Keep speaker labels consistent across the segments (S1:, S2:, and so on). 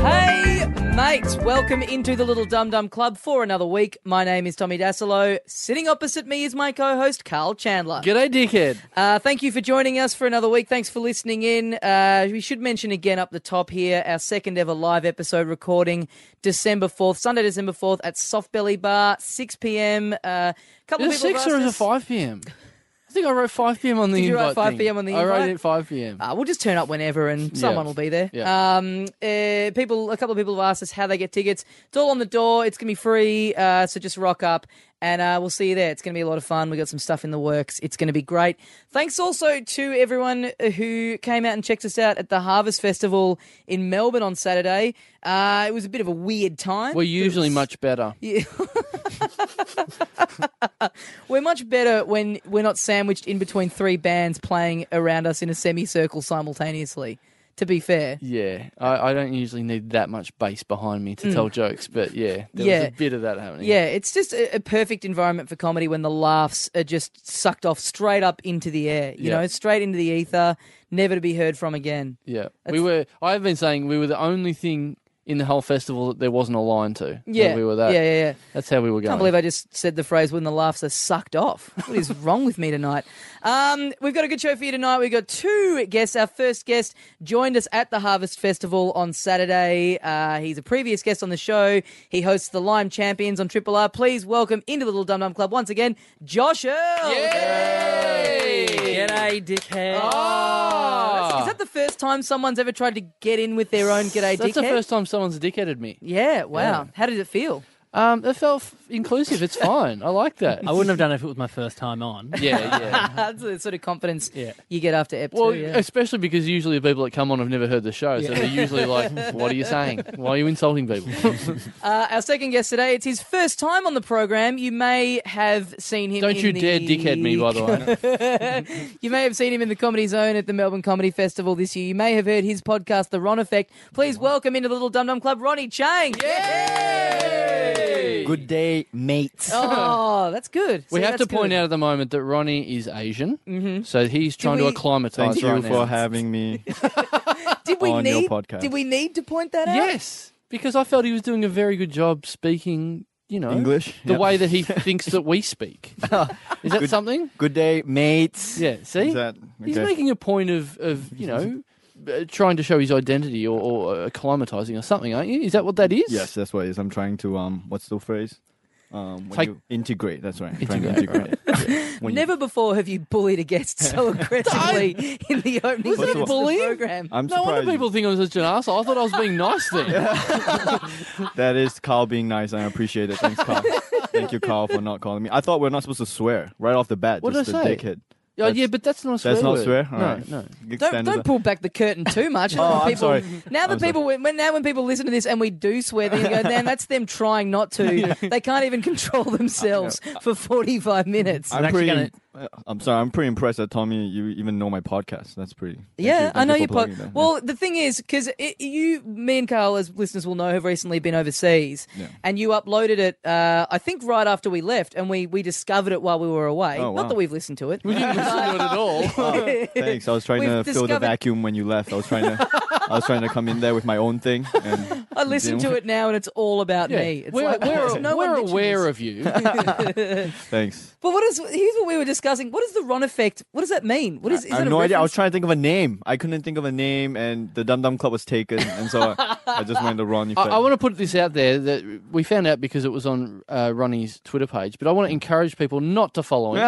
S1: Hey, mates, welcome into the Little Dum Dum Club for another week. My name is Tommy Dasilo. Sitting opposite me is my co host, Carl Chandler.
S2: G'day, dickhead.
S1: Uh, thank you for joining us for another week. Thanks for listening in. Uh, we should mention again up the top here our second ever live episode recording December 4th, Sunday, December 4th at Soft Belly Bar, 6 p.m. Uh, couple
S2: Is it
S1: of people
S2: six
S1: have
S2: or
S1: asked
S2: is it
S1: us-
S2: five p.m.? I think I wrote five p.m. on the
S1: Did you
S2: invite.
S1: write 5
S2: thing.
S1: p.m. on the
S2: I wrote
S1: invite?
S2: it at five p.m.
S1: Uh, we'll just turn up whenever, and someone will be there.
S2: Yeah.
S1: Um, uh, people, a couple of people have asked us how they get tickets. It's all on the door. It's gonna be free, uh, so just rock up, and uh, we'll see you there. It's gonna be a lot of fun. We got some stuff in the works. It's gonna be great. Thanks also to everyone who came out and checked us out at the Harvest Festival in Melbourne on Saturday. Uh, it was a bit of a weird time.
S2: We're usually
S1: much.
S2: much better.
S1: We're much better when we're not sandwiched in between three bands playing around us in a semicircle simultaneously. To be fair,
S2: Yeah, I, I don't usually need that much bass behind me to tell jokes, but yeah, there
S1: Hmm. Yeah.
S2: was a bit of that happening.
S1: yeah, it's just a, a perfect environment for comedy when the laughs are just sucked off straight up into the air. You
S2: Yeah.
S1: know, straight into the ether, never to be heard from again.
S2: yeah. We were. I've been saying we were the only thing in the whole festival that there wasn't a line to.
S1: Yeah,
S2: we were that.
S1: Yeah, yeah, yeah.
S2: That's how we were going.
S1: Can't believe I just said the phrase when the laughs are sucked off. What is wrong with me tonight? Um, we've got a good show for you tonight. We've got two guests. Our first guest joined us at the Harvest Festival on Saturday. Uh, he's a previous guest on the show. He hosts the Lime Champions on Triple R. Please welcome into the Little Dum Dum Club once again, Josh Earl.
S3: G'day, dickhead.
S1: Oh,
S2: Ah!
S1: Is that the first time someone's ever tried to get in with their own g'day
S2: That's
S1: dickhead?
S2: the first time someone's dickheaded me.
S1: Yeah, wow.
S2: Yeah.
S1: How did it feel?
S2: Um, it felt f- inclusive. It's fine. I like that.
S3: I wouldn't have done it if it was my first time on.
S2: yeah, yeah.
S1: That's the sort of confidence
S3: Yeah.
S1: you get after Ep
S2: Well,
S1: two, yeah.
S2: especially because usually the people that come on have never heard the show, so they're usually like, "What are you saying? Why are you insulting people?"
S1: Uh, our second guest today, it's his first time on the program. You may have seen him.
S2: Don't
S1: in
S2: you
S1: the...
S2: dare dickhead me, by the way.
S1: You may have seen him in the Comedy Zone at the Melbourne Comedy Festival this year. You may have heard his podcast, The Ron Effect. Please welcome into the Little Dum Dum Club, Ronnie Chang.
S2: Yay!
S4: Good day, mates.
S1: Oh, that's good.
S2: We
S1: See,
S2: have to
S1: that's
S2: point
S1: good.
S2: out at the moment that Ronnie is Asian, mm-hmm. so he's trying
S1: we-
S2: to acclimatise
S4: Thank you
S2: right now.
S4: for having me.
S1: Did we
S4: on your
S1: need?
S4: podcast.
S1: Did we need to point that out?
S2: Yes, because I felt he was doing a very good job speaking, you know,
S4: English,
S2: the
S4: yeah.
S2: way that he thinks that we speak. is that
S4: Good-
S2: something?
S4: Good day, mates.
S2: Yeah. See,
S4: Is that-
S2: he's
S4: okay.
S2: making a point of, of you know. uh, Trying to show his identity or, or acclimatizing or something, aren't you? Is that what that is?
S4: Yes, that's what it is. I'm trying to um. What's the phrase? Um, when
S2: Take-
S4: you integrate. That's right. I'm trying to
S2: Integrate,
S4: integrate. Yeah. When you-
S1: Never before have you bullied a guest so aggressively in the opening
S2: Was that
S1: minutes of the
S2: bullying?
S1: program.
S4: I'm
S2: No
S4: surprised.
S2: wonder people think I'm such an asshole. I thought I was being nice then.
S4: That is Carl being nice. I appreciate it. Thanks, Carl. Thank you, Carl, for not calling me. I thought we are not supposed to swear right off the bat.
S2: What did
S4: just
S2: I
S4: the
S2: say?
S4: dickhead.
S2: Yeah,
S4: That's-
S2: yeah, but that's not a swear.
S4: That's not
S2: word.
S4: swear.
S2: No,
S4: All right.
S2: no.
S4: Good
S1: Don't,
S4: standards
S1: don't pull back the curtain too much. Now
S4: Oh,
S1: that
S4: I'm
S1: people,
S4: sorry.
S1: Now that
S4: I'm
S1: people, when now when people listen to this and we do swear, they go, "Damn, that's them trying not to." They can't even control themselves for forty-five minutes.
S4: I'm,
S3: I'm actually
S4: pretty. uh, I'm sorry. I'm pretty impressed that Tommy, you even know my podcast. That's pretty. thank you-
S1: yeah,
S4: thank
S1: I know
S4: you for
S1: your
S4: plugging
S1: pod.
S4: that. Yeah.
S1: Well, the thing is, because you, me and Carl, as listeners will know, have recently been overseas,
S4: Yeah.
S1: and you uploaded it. Uh, I think right after we left, and we we discovered it while we were away. Not
S4: Oh, wow. Oh,
S1: that we've listened to it.
S2: We didn't listen to it at all.
S1: Oh,
S4: Thanks. I was trying
S1: We've
S4: to fill the
S1: discovered-
S4: vacuum when you left. I was trying to, I was trying to come in there with my own thing. And
S1: I listen to it now, and it's all about
S2: Yeah.
S1: me. It's
S2: we're
S1: like,
S2: we're,
S1: there's no one
S2: we're
S1: bitching
S2: aware
S1: this.
S2: of you.
S4: Thanks.
S1: But what is here's what we were discussing. What is the Ron effect? What does that mean? What is? is
S4: I
S1: it
S4: have
S1: a
S4: no idea. I was
S1: reference-
S4: trying to think of a name. I couldn't think of a name, and the Dum Dum Club was taken, and so I, I just went to Ron.
S2: I, I want to put this out there that we found out because it was on uh, Ronnie's Twitter page, but I want to encourage people not to follow him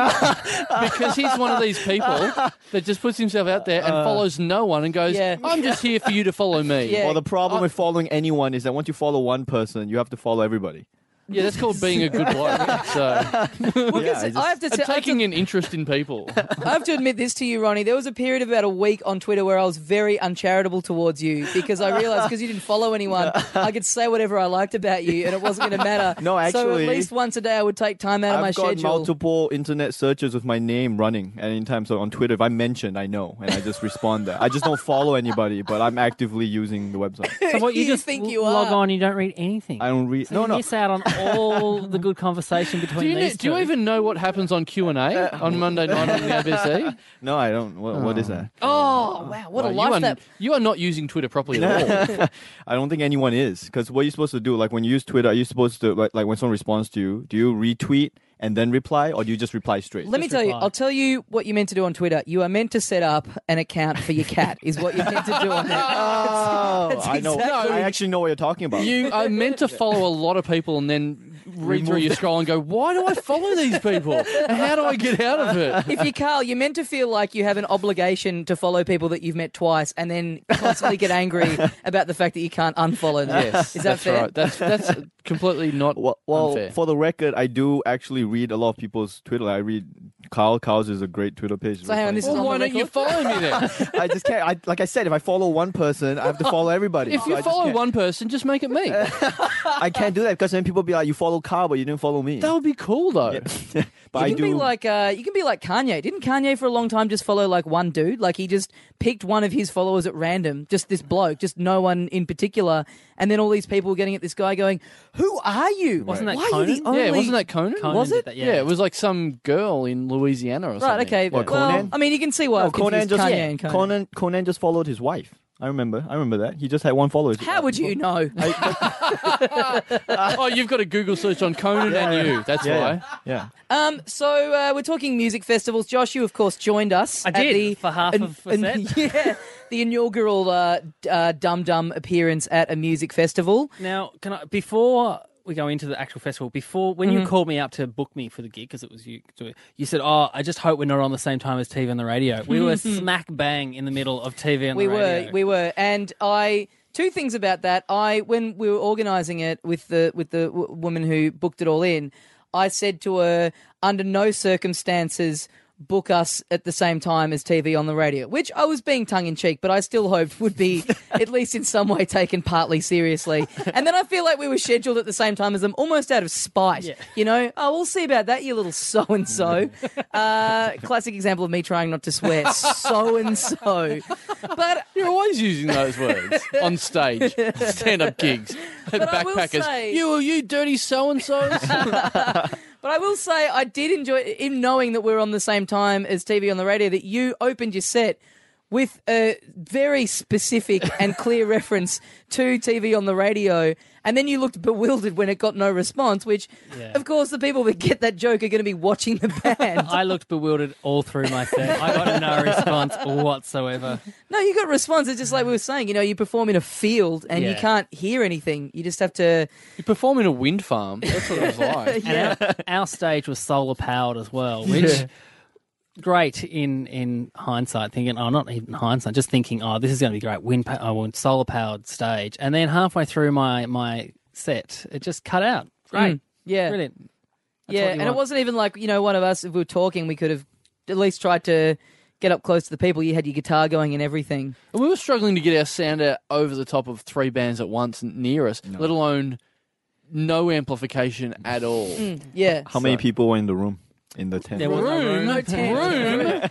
S2: because he's one of these people that just puts himself out there and follows no one and goes,
S1: Uh. Yeah.
S2: "I'm just here for you to follow me."
S1: Yeah.
S4: Well, the problem with following anyone is that once you follow one person, you have to follow everybody.
S2: Yeah, that's called being a good bloke. So,
S1: Well, 'cause
S4: Yeah, I
S1: I
S4: just-
S1: have to
S2: and
S1: tell- I have to
S2: taking an interest in people.
S1: I have to admit this to you, Ronnie. There was a period of about a week on Twitter where I was very uncharitable towards you because I realized because you didn't follow anyone, I could say whatever I liked about you and it wasn't going to matter.
S4: No,
S1: So at
S4: actually,
S1: least once a day I would take time out of my
S4: I've got
S1: schedule.
S4: multiple internet searches with my name running at any time. So on Twitter, if I'm mentioned, I know, and I just respond there. I just don't follow anybody, but I'm actively using the website.
S3: So what,
S1: You
S3: just
S1: think
S3: l-
S1: you
S3: log
S1: are.
S3: on, you don't read anything.
S4: I don't read.
S3: So
S4: no,
S3: you
S4: no.
S3: miss out on all the good conversation between
S2: Do you, know,
S3: these
S2: do you
S3: two.
S2: even know what happens on Q and A
S1: Uh,
S2: on Monday night on the ABC?
S4: No, I don't. What, what is that?
S1: Oh wow, what a
S2: Wow,
S1: life
S2: you are,
S1: that.
S2: you are not using Twitter properly at all.
S4: I don't think anyone is because what are you supposed to do? Like when you use Twitter, are you supposed to like, like when someone responds to you, do you retweet and then reply, or do you just reply straight?
S1: Let me
S3: Just
S1: tell you,
S3: reply.
S1: I'll tell you what you're meant to do on Twitter. You are meant to set up an account for your cat, is what you're meant to do on there.
S4: Oh,
S1: That's
S4: I know.
S1: exactly-
S4: I actually know what you're talking about.
S2: You are meant to follow a lot of people and then read through your scroll and go, why do I follow these people? And how do I get out of it?
S1: If you, Carl, you're meant to feel like you have an obligation to follow people that you've met twice and then constantly get angry about the fact that you can't unfollow them.
S2: Yes,
S1: Is that
S2: that's
S1: fair?
S2: right. That's that's completely not
S4: Well, well
S2: unfair.
S4: for the record, I do actually read a lot of people's Twitter. I read Kyle. Kyle's is a great Twitter page.
S1: So hang on, this is
S2: well,
S1: on
S2: why
S1: the
S2: don't you
S1: record?
S2: follow me then?
S4: I just can't. I, like I said, if I follow one person, I have to follow everybody.
S2: If
S4: So I
S2: you
S4: just
S2: follow
S4: can't-
S2: one person, just make it me.
S4: I can't do that because then people be like, "You follow Kyle, but you didn't follow me."
S2: That would be cool though.
S4: but
S1: You
S4: I
S1: can be
S4: do.
S1: like uh, you can be like Kanye. Didn't Kanye for a long time just follow like one dude? Like he just picked one of his followers at random, just this bloke, just no one in particular. And then all these people were getting at this guy going, "Who are you?
S3: Wasn't that
S1: Why are you the
S3: Conan?
S1: only?"
S2: Yeah, wasn't that Conan?
S3: Conan
S1: Was
S3: did
S1: it?
S3: that,
S2: yeah.
S3: yeah.
S2: it was like some girl in Louisiana or something.
S1: Right. Okay.
S4: What,
S1: well,
S4: Conan?
S1: I mean, you can see why
S4: No,
S1: I've
S4: Conan
S1: confused
S4: just
S1: Kanye and Conan.
S4: Conan Conan just followed his wife. I remember. I remember that he just had one follower.
S1: How would you know?
S2: oh, you've got a Google search on Conan and you. That's
S4: Yeah,
S2: why.
S4: yeah, yeah.
S1: Um, so uh, we're talking music festivals. Josh, you of course joined us.
S3: I
S1: at
S3: did,
S1: the,
S3: for half
S1: an-
S3: of a
S1: an- Yeah, the inaugural uh, d- uh, Dum Dum appearance at a music festival.
S3: Now, can I before we go into the actual festival? Before when
S1: Mm-hmm.
S3: you called me up to book me for the gig because it was you, you said, "Oh, I just hope we're not on the same time as TV and the radio." We were smack bang in the middle of TV
S1: Mm-hmm.
S3: and
S1: we
S3: the radio.
S1: were we were and i two things about that i when we were organizing it with the with the w- woman who booked it all in i said to her under no circumstances book us at the same time as tv on the radio which i was being tongue-in-cheek but i still hoped would be at least in some way taken partly seriously and then i feel like we were scheduled at the same time as them almost out of spite you know oh we'll see about that you little so-and-so uh, classic example of me trying not to swear so-and-so but
S2: You're always using those words on stage, stand up gigs, at
S1: I will
S2: backpackers.
S1: say-
S2: you, you dirty so and so's.
S1: But I will say I did enjoy in knowing that we're on the same time as TV on the radio that you opened your set with a very specific and clear reference to TV on the radio and then you looked bewildered when it got no response which
S3: Yeah.
S1: of course the people that get that joke are going to be watching the band.
S3: I looked bewildered all through my set. I got no response whatsoever.
S1: no, you got response it's just like we were saying, you know, you perform in a field and you
S3: Yeah.
S1: can't hear anything. You just have to
S2: You perform in a wind farm. That's what it was like.
S3: And our, our stage was solar powered as well, which great in in hindsight. Thinking, oh, not even hindsight, just thinking, oh, this is going to be great. Wind, pa- I want solar powered stage. And then halfway through my my set, it just cut out. Great,
S1: Mm. yeah.
S3: brilliant.
S1: yeah,
S3: what you
S1: and it
S3: want.
S1: wasn't even like you know one of us. If we were talking, we could have at least tried to get up close to the people. You had your guitar going and everything.
S2: And we were struggling to get our sound out over the top of three bands at once and near us, let alone no amplification at all.
S1: Mm. Yeah,
S4: How many people were in the room? In the tent.
S3: There was no
S2: Room,
S3: room.
S2: room.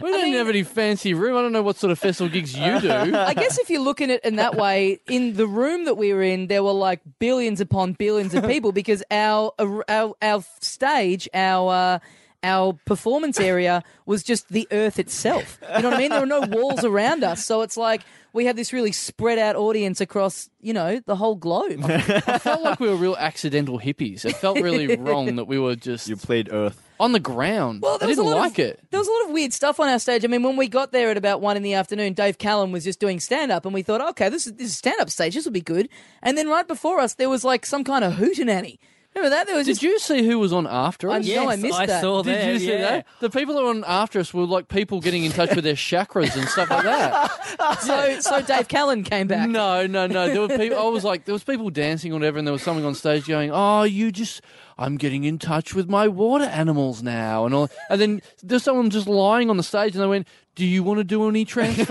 S2: We don't have any fancy room. I don't know what sort of festival gigs you do.
S1: I guess if you look at it in that way, in the room that we were in, there were like billions upon billions of people because our our our stage, our uh, our performance area was just the earth itself. You know what I mean? There were no walls around us, so it's like we had this really spread out audience across you know the whole globe.
S2: I felt like we were real accidental hippies. It felt really wrong that we were just
S4: You played Earth.
S2: on the ground.
S1: Well, Oh, there
S2: I
S1: was
S2: didn't
S1: a lot
S2: like
S1: of,
S2: it.
S1: There was a lot of weird stuff on our stage. I mean, when we got there at about one in the afternoon, Dave Callum was just doing stand up, and we thought, okay, this is this is stand up stage. This will be good. And then right before us, there was like some kind of hootenanny. Remember that? There was
S2: Did
S1: just
S2: you see who was on after us?
S1: I know, I missed
S3: I
S1: that.
S3: saw
S2: Did
S3: that.
S2: you see
S3: yeah.
S2: that? The people that were on after us were like people getting in touch with their chakras and stuff like that.
S1: so so Dave Callum came back.
S2: No, no, no. There were people. I was like, there was people dancing or whatever, and there was someone on stage going, "Oh, you just, I'm getting in touch with my water animals now," and all. And then there's someone just lying on the stage, and they went, "Do you want to do any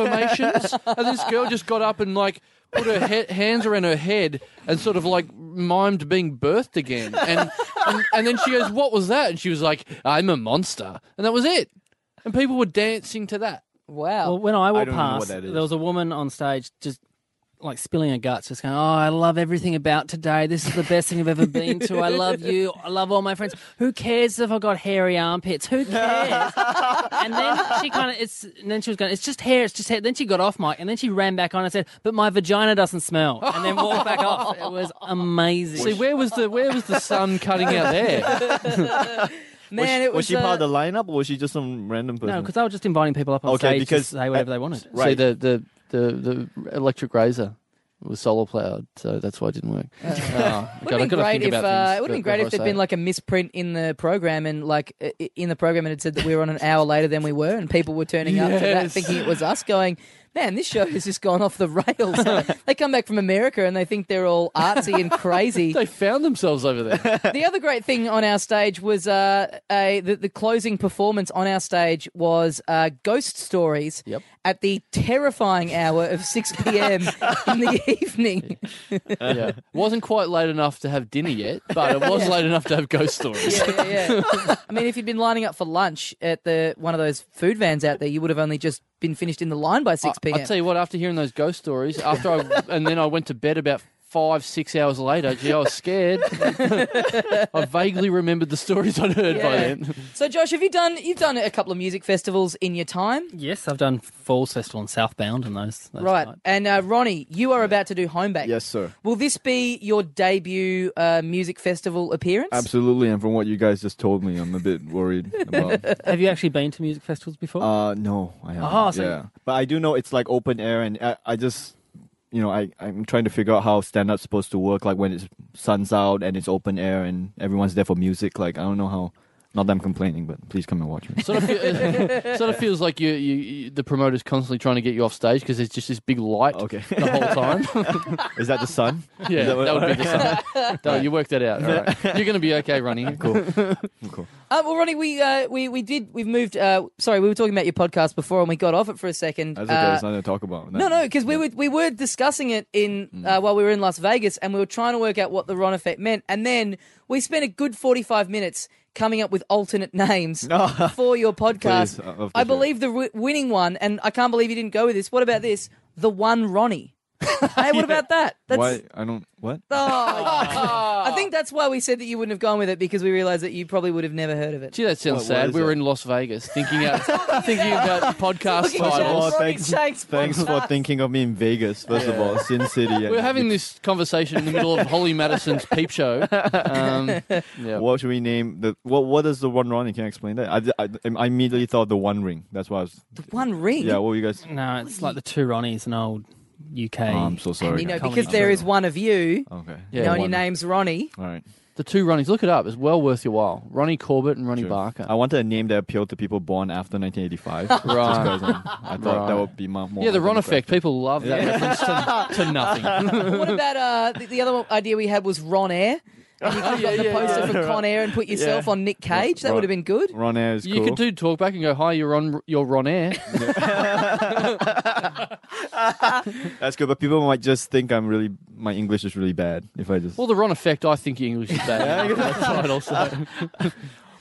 S2: transformations?" and this girl just got up and like. Put her he- hands around her head and sort of like mimed being birthed again, and, and and then she goes, "What was that?" And she was like, "I'm a monster," and that was it. And people were dancing to that.
S1: Wow.
S3: Well, when I walked
S4: don't know what
S3: past,
S4: that is.
S3: there was a woman on stage just like spilling her guts, just going, "Oh, I love everything about today. This is the best thing I've ever been to. I love you. I love all my friends. Who cares if I got hairy armpits? Who cares?" and then she kind of it's. And then she was going, "It's just hair. It's just hair." Then she got off mic, and then she ran back on and said, "But my vagina doesn't smell." And then walked back off. It was amazing.
S2: See, where was the where was the sun cutting out there?
S1: Man,
S4: was,
S1: it was.
S4: she part
S1: uh,
S4: of the lineup or was she just some random person?
S3: no, because I was just inviting people up on
S4: Okay,
S3: stage
S4: because-
S3: to say whatever they wanted.
S2: See,
S4: right.
S2: the the the the electric razor was solar powered, so that's why it didn't work. Oh, God,
S1: Would
S2: I
S1: have been
S2: gotta
S1: great
S2: think
S1: if
S2: about
S1: uh,
S2: things
S1: it would have been
S2: before
S1: great
S2: I
S1: if there'd
S2: say
S1: been
S2: it.
S1: like a misprint in the program and like i- i- in the program and it said that we were on an hour later than we were and people were turning up to that
S2: Yes.
S1: thinking it was us going man this show has just gone off the rails they come back from America and they think they're all artsy and crazy
S2: they found themselves over there.
S1: the other great thing on our stage was uh, a the, the closing performance on our stage was uh, ghost stories
S2: Yep.
S1: at the terrifying hour of 6 p.m. in the evening
S2: yeah. Wasn't quite late enough to have dinner yet, but it was late enough to have ghost stories.
S1: yeah, yeah, yeah. I mean, if you'd been lining up for lunch at the one of those food vans out there, you would have only just been finished in the line by six
S2: I-
S1: p.m.
S2: I'll tell you what, after hearing those ghost stories, after I and then I went to bed about five, six hours later, gee, I was scared. I vaguely remembered the stories I'd heard by
S1: Yeah.
S2: then.
S1: so, Josh, have you done you've done a couple of music festivals in your time,
S3: Yes, I've done Falls Festival and Southbound and those. those
S1: right?
S3: nights.
S1: And uh, Ronnie, you are about to do Homeback.
S4: yes, sir.
S1: Will this be your debut uh, music festival appearance?
S4: Absolutely. And from what you guys just told me, I'm a bit worried about.
S3: Have you actually been to music festivals before?
S4: Uh, no, I haven't.
S3: Oh, so-
S4: yeah. But I do know it's like open air, and I, I just, you know, I, I'm trying to figure out how stand up's supposed to work, like when it's sun's out and it's open air and everyone's there for music. Like, I don't know how. Not that I'm complaining, but please come and watch me.
S2: Sort of, fe- sort of feels like you, you, you, the promoter's constantly trying to get you off stage because there's just this big light
S4: Okay.
S2: the whole time.
S4: Is that the sun?
S2: yeah,
S4: Is
S2: that,
S4: what-
S2: would be the same. No, you worked that out. All right. You're going to be okay, Ronnie. Cool.
S4: cool.
S1: Uh, well, Ronnie, we uh, we we did we've moved. Uh, sorry, we were talking about your podcast before, and we got off it for a second.
S4: That's okay.
S1: Uh,
S4: There's nothing to talk about.
S1: No, no, because we were we were discussing it in
S4: Mm.
S1: uh, while we were in Las Vegas, and we were trying to work out what the Ron effect meant, and then we spent a good forty five minutes coming up with alternate names for your podcast.
S4: Please, uh, I love to
S1: uh, I
S4: hear it.
S1: believe the wi- winning one, and I can't believe you didn't go with this. What about this? The one Ronnie. hey, what about that? That's
S4: Why? I don't. What?
S1: Oh. I think that's why we said that you wouldn't have gone with it because we realized that you probably would have never heard of it.
S2: Gee, that sounds
S4: What- what
S2: sad.
S4: is
S2: We were
S4: it?
S2: in Las Vegas thinking out, thinking about podcast
S1: Looking at
S4: Jack
S2: titles.
S1: Ronnie
S4: thanks-
S1: Jack's
S4: Thanks for
S1: podcast.
S4: thinking of me in Vegas, first of all, Sin City.
S2: We We're having this conversation in the middle of Holly Madison's peep show. Um, yeah.
S4: What should we name the? What? What is the one Ronnie? Can you explain that? I, I, I immediately thought the One Ring. That's why I was.
S1: The One Ring.
S4: Yeah. What were you guys?
S3: no, it's like the two Ronnies, an old UK.
S4: Oh, I'm so sorry.
S1: you know,
S4: guys.
S1: because there is one of you.
S4: Okay.
S2: Yeah.
S1: known your
S2: one.
S1: name's Ronnie.
S4: All right.
S2: The two Ronnies, look it up. It's well worth your while. Ronnie Corbett and Ronnie
S4: Sure.
S2: Barker.
S4: I wanted a name that appealed to people born after 1985. Just 'cause I'm- I thought that
S2: Right.
S4: would be my more.
S2: yeah, the
S4: my
S2: Ron
S4: demographic.
S2: effect. People love that reference to, to nothing.
S1: what about uh, the, the other idea we had was Ron Air? And you could have
S2: yeah,
S1: gotten the
S2: yeah,
S1: poster
S2: yeah.
S1: for Con Air and put yourself on Nick Cage. That
S4: Ron-
S1: would have been good.
S4: Ron Air is
S2: you
S4: cool.
S2: could do talk back and go, "Hi, you're on. You're Ron Air."
S4: That's good, but people might just think I'm really my English is really bad if I just.
S2: well, the Ron effect. I think your English is bad. That's right, also.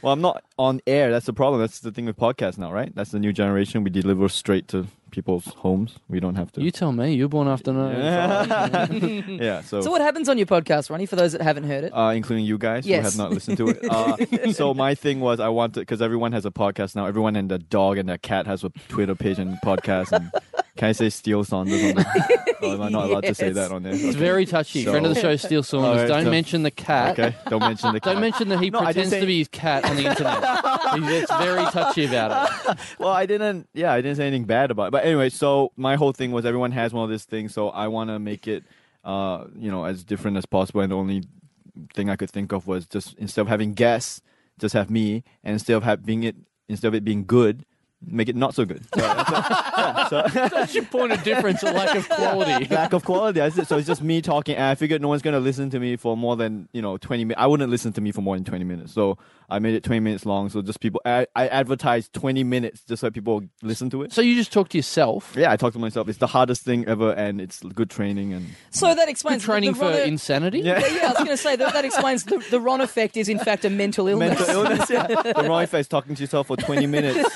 S4: Well, I'm not on air. That's the problem. That's the thing with podcasts now, right? That's the new generation. We deliver straight to people's homes. We don't have to.
S2: You tell me. You're born after nine.
S4: yeah. So.
S1: So what happens on your podcast, Ronnie? For those that haven't heard it,
S4: uh, including you guys who
S1: Yes.
S4: have not listened to it. Uh, so my thing was I wanted because everyone has a podcast now. Everyone and their dog and their cat has a Twitter page and podcast. And can I say Steel Saunders? On the, oh, am I not allowed to say
S1: Yes.
S4: that on there?
S2: It's
S4: Okay.
S2: very touchy.
S4: So-
S2: Friend of the show, Steel Saunders.
S4: All right,
S2: Don't
S4: so-
S2: mention the cat.
S4: Okay, don't mention the cat.
S2: Don't mention that he
S4: No, I didn't
S2: pretends
S4: say-
S2: to be his cat on the internet. he gets very touchy about it.
S4: well, I didn't. Yeah, I didn't say anything bad about it. But anyway, so my whole thing was everyone has one of these things, so I want to make it, uh, you know, as different as possible. And the only thing I could think of was just instead of having guests, just have me, and instead of having it, instead of it being good, make it not so good. So that's a- yeah, so-
S2: That's your point of difference, a lack of quality.
S4: lack of quality. That's it. So it's just me talking, and I figured no one's gonna listen to me for more than you know twenty minutes. I wouldn't listen to me for more than twenty minutes. So I made it twenty minutes long. So just people, I, I advertised twenty minutes just so people listen to it.
S2: So you just talk to yourself.
S4: Yeah, I talk to myself. It's the hardest thing ever, and it's good training. And
S1: so that
S2: You're
S1: explains
S2: training
S1: the
S2: for
S1: Ron e- Air-
S2: insanity.
S4: Yeah.
S1: yeah, I was going to say that, that explains the, the Ron effect is in fact a mental illness.
S4: mental illness. Yeah, the wrong face talking to yourself for twenty minutes.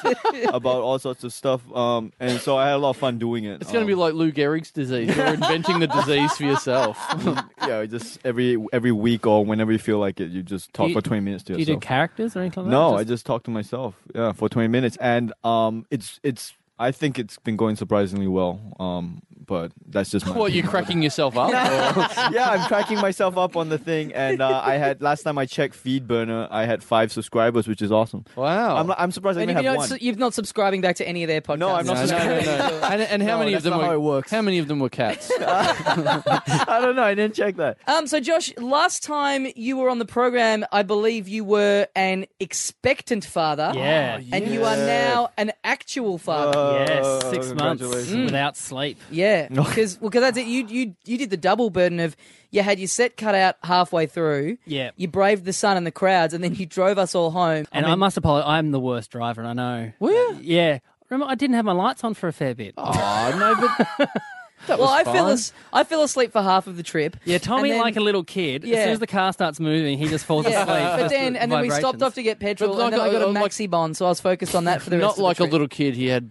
S4: about all sorts of stuff. Um, and so I had a lot of fun doing it.
S2: It's going to be
S4: Um,
S2: like Lou Gehrig's disease. You're inventing the disease for yourself.
S4: Um, yeah, just every every week or whenever you feel like it, you just talk
S3: You-
S4: for twenty minutes to
S3: Do you
S4: yourself.
S3: do characters or anything like that?
S4: no, I just talk to myself. Yeah, for 20 minutes, and um, it's it's. I think it's been going surprisingly well. Um, but that's just my
S2: what, you
S4: opinion.
S2: cracking yourself up? Or-
S4: yeah, I'm cracking myself up on the thing, and uh, I had last time I checked Feedburner, I had five subscribers, which is awesome.
S2: wow.
S4: I'm, I'm surprised I
S1: And
S4: didn't
S1: you,
S4: have
S1: you
S4: one.
S1: don't, you're not subscribing back to any of their podcasts.
S4: No, I'm not
S2: no, no, no, no. And, and how
S4: No,
S2: many of
S4: that's
S2: them
S4: not
S2: were,
S4: how it works.
S2: How many of them were cats?
S4: I don't know. I didn't check that.
S1: Um, so Josh, last time you were on the program, I believe you were an expectant father.
S3: Yeah.
S1: And you are now an actual father.
S3: Yes,
S4: Oh,
S3: six months
S1: Mm.
S4: congratulations.
S3: without sleep.
S1: yeah. Because well, 'cause that's it. You you you did the double burden of you had your set cut out halfway through.
S3: Yeah.
S1: You braved the sun and the crowds, and then you drove us all home.
S3: And I, must apologize. I'm the worst driver, and I know.
S2: Were you?
S3: Yeah. Remember, I didn't have my lights on for a fair bit.
S2: oh, no, but
S1: well, I fell
S2: fine.
S1: as, I fell asleep for half of the trip.
S3: Yeah, Tommy,
S1: And then-
S3: like a little kid, as
S1: Yeah.
S3: soon as the car starts moving, he just falls
S1: Yeah,
S3: asleep.
S1: but
S3: Just
S1: then
S3: the
S1: and then we stopped
S3: vibrations.
S1: off to get petrol,
S2: But
S1: and
S2: like
S1: then I
S2: a-
S1: got a
S2: uh, like-
S1: maxi bond, so I was focused on that for the rest.
S2: not
S1: of the
S2: like a
S1: trip.
S2: little kid. He had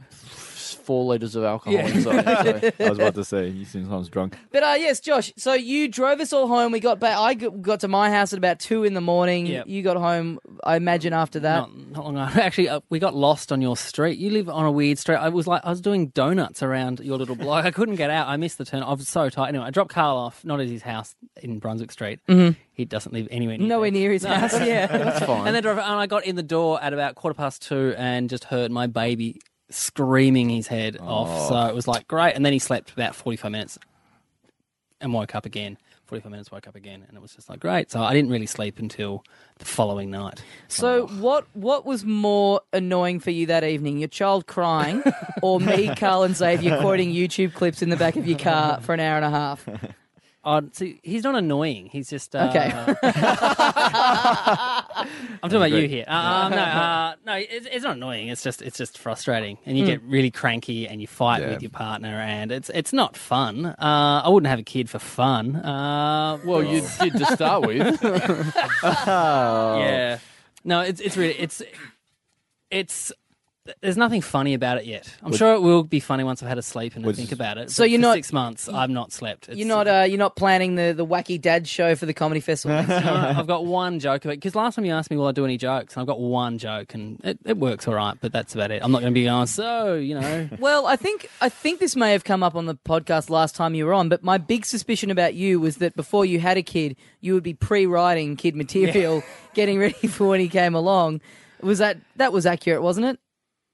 S2: four liters of alcohol inside. him, so-
S4: I was about to say he seems sounds drunk.
S1: But uh, yes, Josh. So you drove us all home. We got back. I g- got to my house at about two in the morning.
S3: Yep.
S1: You got home, I imagine, after that.
S3: Not, not long after. Actually, uh, we got lost on your street. You live on a weird street. I was like, I was doing donuts around your little block. I couldn't get out. I missed the turn. I was so tired. Anyway, I dropped Carl off, not at his house in Brunswick Street. He doesn't live anywhere near
S1: Nowhere
S3: there.
S1: near his house. Yeah.
S2: That's fine.
S3: And then drove, and I got in the door at about quarter past two and just heard my baby screaming his head off. So it was like great. And then he slept about forty five minutes and woke up again. Forty five minutes, woke up again, and it was just like great. So I didn't really sleep until the following night.
S1: so what? What was more annoying for you that evening? Your child crying, or me, Carl and Xavier quoting YouTube clips in the back of your car for an hour and a half?
S3: Odd. Oh, See, he's not annoying. He's just uh,
S1: Okay.
S3: I'm talking about you here. Uh, um, no, uh, no, it's, it's not annoying. It's just it's just frustrating, and
S1: Hmm.
S3: you get really cranky and you fight
S4: Yeah.
S3: with your partner, and it's it's not fun. Uh, I wouldn't have a kid for fun. Uh,
S2: well, you did to start with.
S4: Oh.
S3: yeah. No, it's it's really it's it's. There's nothing funny about it yet. I'm sure it will be funny once I've had a sleep and I
S4: Would-
S3: think about it.
S1: So
S3: but
S1: you're
S3: for
S1: not-
S3: six months. I've not slept. It's-
S1: You're not. Uh, you're not planning the, the wacky dad show for the comedy festival. next year?
S3: Uh, I've got one joke about because last time you asked me, will I do any jokes? And I've got one joke, and it, it works all right, but that's about it. I'm not going to be going, so, you know.
S1: Well, I think I think this may have come up on the podcast last time you were on, but my big suspicion about you was that before you had a kid, you would be pre-writing kid material, getting ready for when he came along. Was that that was accurate, wasn't it?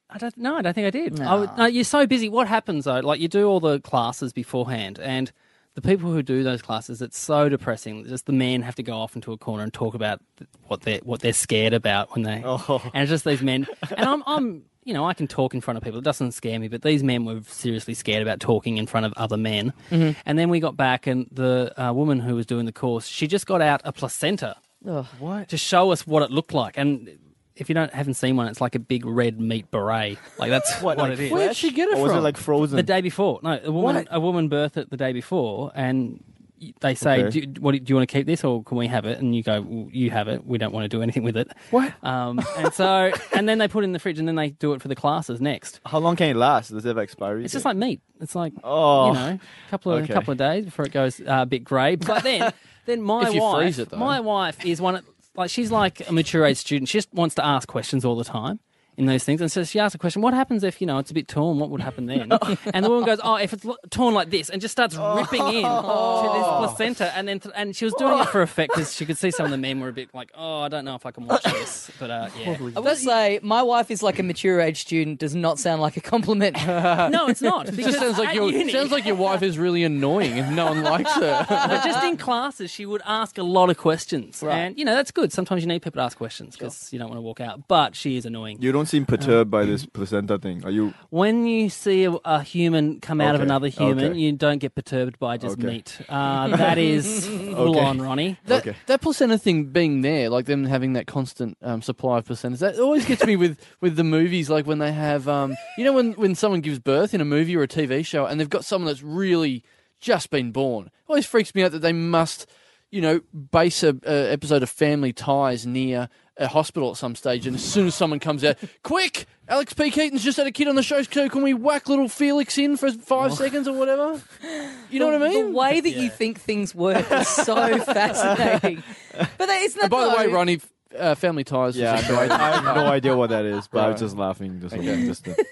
S3: I don't know. I don't think I did. I would, no, you're so busy. What happens though? Like you do all the classes beforehand, and the people who do those classes, it's so depressing. Just the men have to go off into a corner and talk about th- what they are what they're scared about when they. And it's just these men. And I'm, I'm, you know, I can talk in front of people. It doesn't scare me. But these men were seriously scared about talking in front of other men. And then we got back, and the uh, woman who was doing the course, she just got out a placenta to show us what it looked like. And if you don't haven't seen one, it's like a big red meat beret. Like that's what,
S4: like
S3: it is.
S4: flesh?
S2: Where'd she get it
S4: or was it
S2: from?
S4: like frozen?
S3: The day before, no, a woman a woman birthed it the day before, and y- they say,
S4: Okay.
S3: do, "What do you want to keep this, or can we have it?" And you go, well, "You have it. We don't want to do anything with it."
S2: What?
S3: Um, and so, and then they put it in the fridge, and then they do it for the classes next.
S4: How long can it last? Does it have expiry?
S3: It's just like meat. It's like
S4: Oh.
S3: you know, a couple of
S4: Okay.
S3: couple of days before it goes uh, a bit grey. But then, then my
S2: If you
S3: wife,
S2: freeze it, though.
S3: my wife is one of, like she's like a mature age student. She just wants to ask questions all the time in those things. And so she asked a question: What happens if you know it's a bit torn? What would happen then? and the woman goes, "Oh, if it's lo- torn like this," and just starts
S2: Oh.
S3: ripping in to this placenta. And then, th- and she was doing it for effect because she could see some of the men were a bit like, "Oh, I don't know if I can watch this," but uh, yeah.
S1: I will say, my wife is like a mature age student. Does not sound like a compliment.
S3: No, it's not.
S2: It
S3: because
S2: just sounds like
S3: at
S2: your
S3: uni-
S2: sounds like your wife is really annoying and no one likes her.
S3: but just in classes, she would ask a lot of questions, and you know that's good. Sometimes you need people to ask questions because you don't want to walk out. But she is annoying.
S4: you don't seem perturbed by this placenta thing. Are you?
S3: When you see a, a human come out of
S4: Okay,
S3: another human,
S4: okay.
S3: you don't get perturbed by just
S4: Okay.
S3: meat. Uh, that is full on, Ronnie.
S2: That,
S4: Okay.
S2: that placenta thing being there, like them having that constant um, supply of placentas, that always gets me with, with the movies. Like when they have, um, you know, when, when someone gives birth in a movie or a TV show and they've got someone that's really just been born. It always freaks me out that they must you know, base a, a episode of Family Ties near a hospital at some stage, and as soon as someone comes out, quick, Alex P. Keaton's just had a kid on the show, so can we whack little Felix in for
S4: Oh.
S2: five seconds or whatever? You know what I
S1: The
S2: mean?
S1: way that you think things work is so fascinating. But that, isn't that
S2: And by the way,
S1: though-
S2: Ronnie, uh, Family Ties. was
S4: Yeah,
S2: a
S4: no, I,
S2: great-
S4: I have no idea what that is, but I was
S2: Right.
S4: just laughing. Just,
S2: Okay.
S4: just to-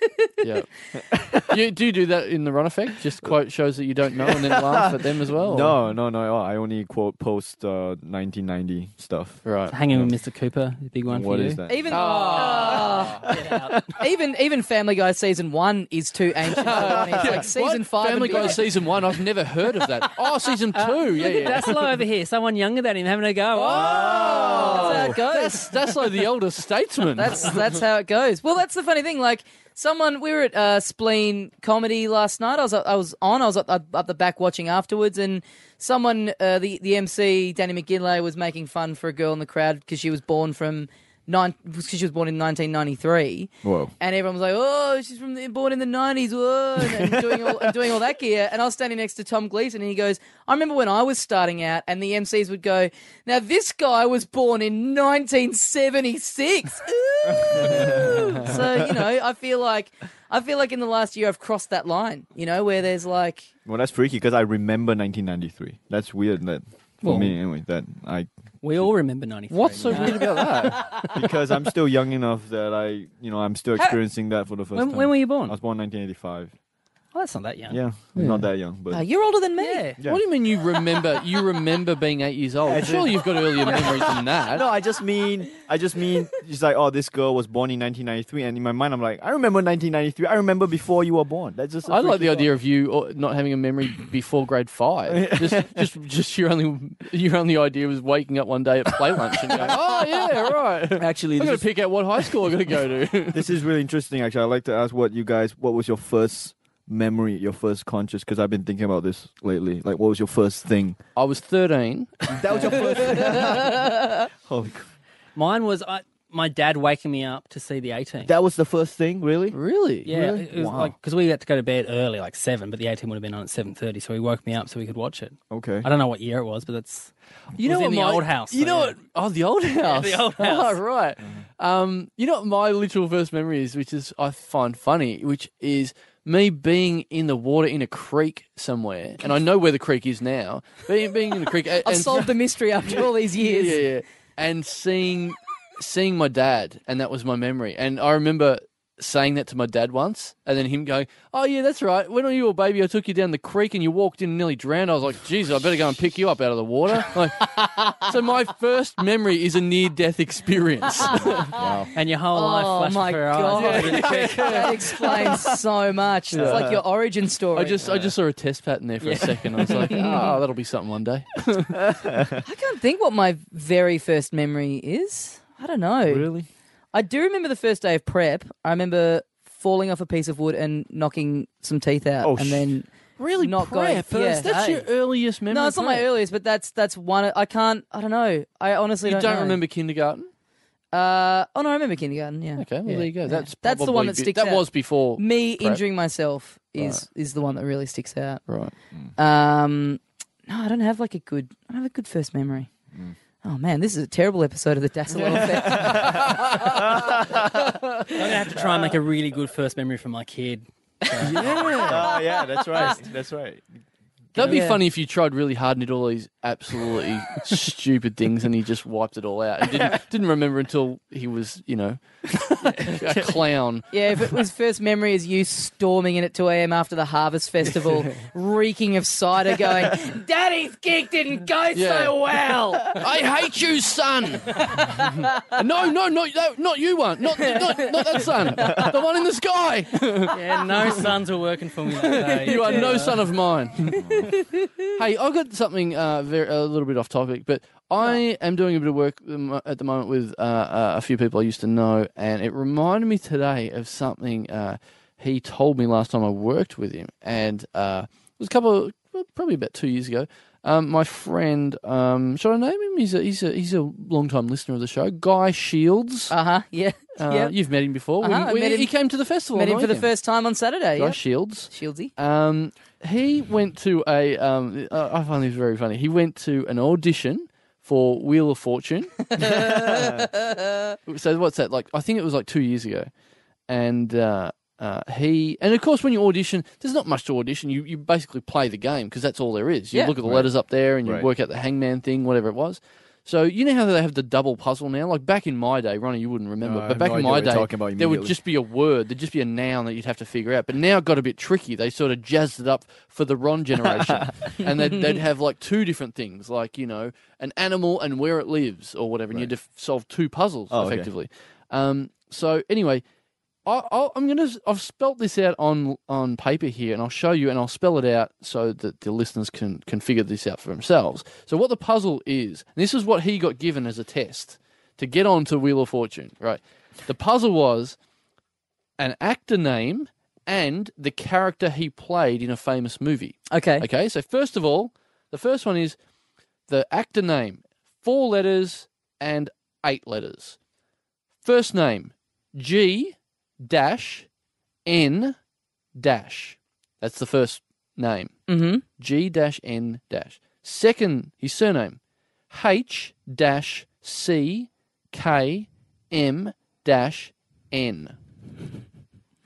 S2: yeah. You, do you do that in the Run Effect? Just quote shows that you don't know and then laugh at them as well?
S4: no, no, no. I only quote post uh, 1990 stuff.
S2: Right.
S3: Hanging with Mr. Cooper, the big one
S4: What
S3: for you.
S4: is that?
S1: Even
S2: Ah.
S1: Ah. even even Family Guy season one is too ancient. For Ronnie. It's like season
S2: What?
S1: five.
S2: Family
S1: and
S2: Guy
S1: beyond. Uh,
S2: season one. I've never heard of that. Oh, season two. yeah, yeah.
S3: That's low over here. Someone younger than him having a go. Oh.
S1: That's
S2: Oh.
S1: how it goes.
S2: That's that's like the elder statesman.
S1: That's that's how it goes. Well, that's the funny thing. Like someone, we were at uh, Spleen Comedy last night. I was I was on. I was up, up, up the back watching afterwards, and someone, uh, the the MC Danny McGinlay, was making fun for a girl in the crowd because she was born from nine because she was born in 1993.
S4: Whoa.
S1: And everyone was like, "Oh, she's from the, born in the '90s," whoa, and, and doing all and doing all that gear. And I was standing next to Tom Gleason, and he goes, "I remember when I was starting out, and the MCs would go, now this guy was born in 1976." Ooh. so you know, I feel like I feel like in the last year I've crossed that line. You know, where there's like,
S4: Well, that's freaky because I remember 1993. That's weird. That for
S3: Well-
S4: me anyway. That I
S3: We all remember 93.
S2: What's so
S3: no?
S2: weird about that?
S4: because I'm still young enough that I you know I'm still experiencing that for the first
S3: When,
S4: time.
S3: when were you
S4: I
S3: born?
S4: was born 1985.
S3: Oh, that's not that young.
S4: Yeah, not that young, but
S1: oh, you're older than me.
S3: Yeah.
S4: Yeah.
S2: What do you mean you remember? You remember being eight years old? Surely you've got earlier memories than that.
S4: No, I just mean, I just mean, it's like, oh, this girl was born in 1993, and in my mind, I'm like, I remember 1993. I remember before you were born. That's just.
S2: I like the idea of you uh, not having a memory before grade five. Just, just, just your only, your only idea was waking up one day at play lunch and going, "Oh yeah, right." I'm
S5: Actually,
S2: gonna
S5: this is,
S2: pick out what high school I'm gonna go to.
S4: This is really interesting. Actually, I'd like to ask what you guys, what was your first memory, your first conscious? Because I've been thinking about this lately. Like, what was your first thing?
S2: I was 13.
S4: That was your first. Holy, c-
S3: Mine was I, my dad waking me up to see the 18.
S4: that was the first thing, really.
S2: Really?
S3: yeah,
S4: really?
S3: it was
S4: Wow.
S3: like because we had to go to bed early, like seven, but the 18 would have been on at 7:30, so he woke me up so we could watch it.
S4: Okay.
S3: I don't know what year it was, but that's
S2: You
S3: It
S2: know
S3: was
S2: what
S3: in the
S2: my,
S3: old house,
S2: You
S3: so
S2: know
S3: yeah.
S2: what? Oh, the old house.
S3: the old house. Mm-hmm.
S2: Oh, right. Um, you know what my literal first memory is, which is I find funny, which is me being in the water in a creek somewhere, and I know where the creek is now. Being, being in the creek, a-
S1: I've
S2: and,
S1: solved the mystery after all these
S2: yeah,
S1: years.
S2: yeah, yeah, and seeing seeing my dad, and that was my memory. And I remember saying that to my dad once, and then him going, "Oh yeah, that's right. When you were a baby, I took you down the creek, and you walked in and nearly drowned. I was like, geez, I better go and pick you up out of the water." Like, so my first memory is a near death experience.
S3: and your whole
S1: Oh,
S3: life flashed
S1: my
S3: before your eyes.
S1: God.
S3: Really quick.
S1: That explains so much. It's like your origin story.
S2: I just I just saw a test pattern there for a second. I was like, "Oh, that'll be something one day."
S1: I can't think what my very first memory is. I don't know.
S4: Really?
S1: I do remember the first day of prep. I remember falling off a piece of wood and knocking some teeth out,
S4: Oh,
S1: and
S4: sh-
S1: then
S2: Really,
S1: Not going
S2: prep.
S1: first
S2: That's
S1: day.
S2: your earliest memory.
S1: no, it's not my
S2: prep.
S1: earliest, but that's that's one. I can't. I don't know. I honestly
S2: You don't,
S1: know.
S2: remember kindergarten?
S1: Uh, oh no, I remember kindergarten. Yeah.
S2: Okay, well
S1: Yeah.
S2: there you go.
S1: Yeah.
S2: That's
S1: that's the one
S2: probably
S1: that
S2: be-
S1: sticks.
S2: That
S1: out.
S2: was before
S1: me
S2: prep.
S1: injuring myself is is the one that really sticks out.
S2: right.
S1: Um, no, I don't have like a good. I don't have a good first memory.
S2: Mm.
S1: Oh man, this is a terrible episode of the Dazzler Effect.
S3: I'm gonna have to try and make a really good first memory from my kid.
S4: Oh yeah, that's right. That's right.
S2: That'd be
S1: Yeah.
S2: funny if you tried really hard and did all these absolutely stupid things, and he just wiped it all out and didn't didn't remember until he was, you know, a clown.
S1: Yeah, if it was first memory is you storming in at 2 a.m. after the Harvest Festival, reeking of cider, going, Daddy's gig didn't go
S2: Yeah.
S1: so well.
S2: I hate you, son. no, no, not that, not you one, not, not not that son, the one in the sky.
S3: Yeah, no sons were working for me that day.
S2: You are no son of mine. hey, I got something uh, very, a little bit off topic, but I am doing a bit of work um, at the moment with uh, uh, a few people I used to know, and it reminded me today of something uh, he told me last time I worked with him, and uh, it was a couple, of, well, probably about two years ago. Um, my friend, um, should I name him? He's a he's a he's a long time listener of the show. Guy Shields.
S1: Uh huh. Yeah.
S2: Uh,
S1: yeah.
S2: You've met him before. We-
S1: Uh-huh, I
S2: we-
S1: met him-
S2: he came to the festival.
S1: Met
S2: on
S1: him for the
S2: weekend.
S1: first time on Saturday.
S2: Guy
S1: Yep.
S2: Shields.
S1: Shieldsy.
S2: Um, he went to a. Um, uh, I find this very funny. He went to an audition for Wheel of Fortune. so what's that like? I think it was like two years ago, and uh, uh, he and of course when you audition, there's not much to audition. You you basically play the game because that's all there is. You
S1: Yeah.
S2: look at the letters up there and you
S4: Right.
S2: work out the hangman thing, whatever it was. So you know how they have the double puzzle now? Like back in my day, Ronnie, you wouldn't remember,
S4: No, I
S2: but
S4: have
S2: back
S4: Uh, no
S2: in
S4: idea
S2: my
S4: what you're
S2: day,
S4: talking about
S2: there would
S4: immediately.
S2: just be a word, there'd just be a noun that you'd have to figure out. But now it got a bit tricky. They sort of jazzed it up for the Ron generation, and they'd, they'd have like two different things, like you know, an animal and where it lives or whatever, and you'd have to solve two puzzles
S4: Oh, okay.
S2: effectively. Um, so anyway, I, I'll, I'm gonna I've spelt this out on on paper here, and I'll show you, and I'll spell it out so that the listeners can can figure this out for themselves. So what the puzzle is, and this is what he got given as a test to get onto Wheel of Fortune, right? The puzzle was an actor name and the character he played in a famous movie.
S1: Okay.
S2: Okay, so first of all, the first one is the actor name, four letters and eight letters. First name G dash N dash. That's the first name.
S1: Mm-hmm.
S2: G dash N dash. Second, his surname H dash C K M dash N.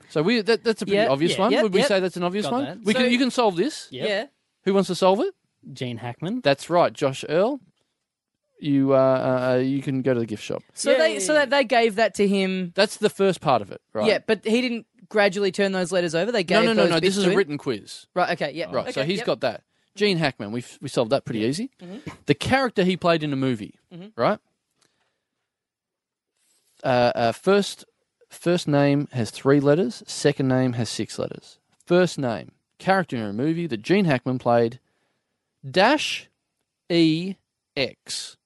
S2: So we that, that's a pretty
S1: Yeah,
S2: obvious
S1: yeah,
S2: one.
S1: yeah,
S2: Would we
S1: yeah.
S2: say that's an obvious
S3: Got
S2: one?
S3: that.
S2: We
S1: So-
S2: can you can solve this.
S3: Yep.
S1: Yeah.
S2: Who wants to solve it?
S3: Gene Hackman.
S2: That's right, Josh Earl. You uh, uh, uh, you can go to the gift shop.
S1: So they so that they gave that to him.
S2: That's the first part of it, right?
S1: Yeah, but he didn't gradually turn those letters over. They gave
S2: No, no, no,
S1: those
S2: no.
S1: bits
S2: This is
S1: to
S2: a
S1: him?
S2: written quiz.
S1: Right. Okay. Mm-hmm. Yeah.
S2: Right. so
S1: he's
S2: he's got that. Gene Hackman. We we solved that pretty easy.
S1: Mm-hmm.
S2: The character he played in a movie, right? Uh, uh, first first name has three letters. Second name has six letters. First name character in a movie that Gene Hackman played. Dash E X.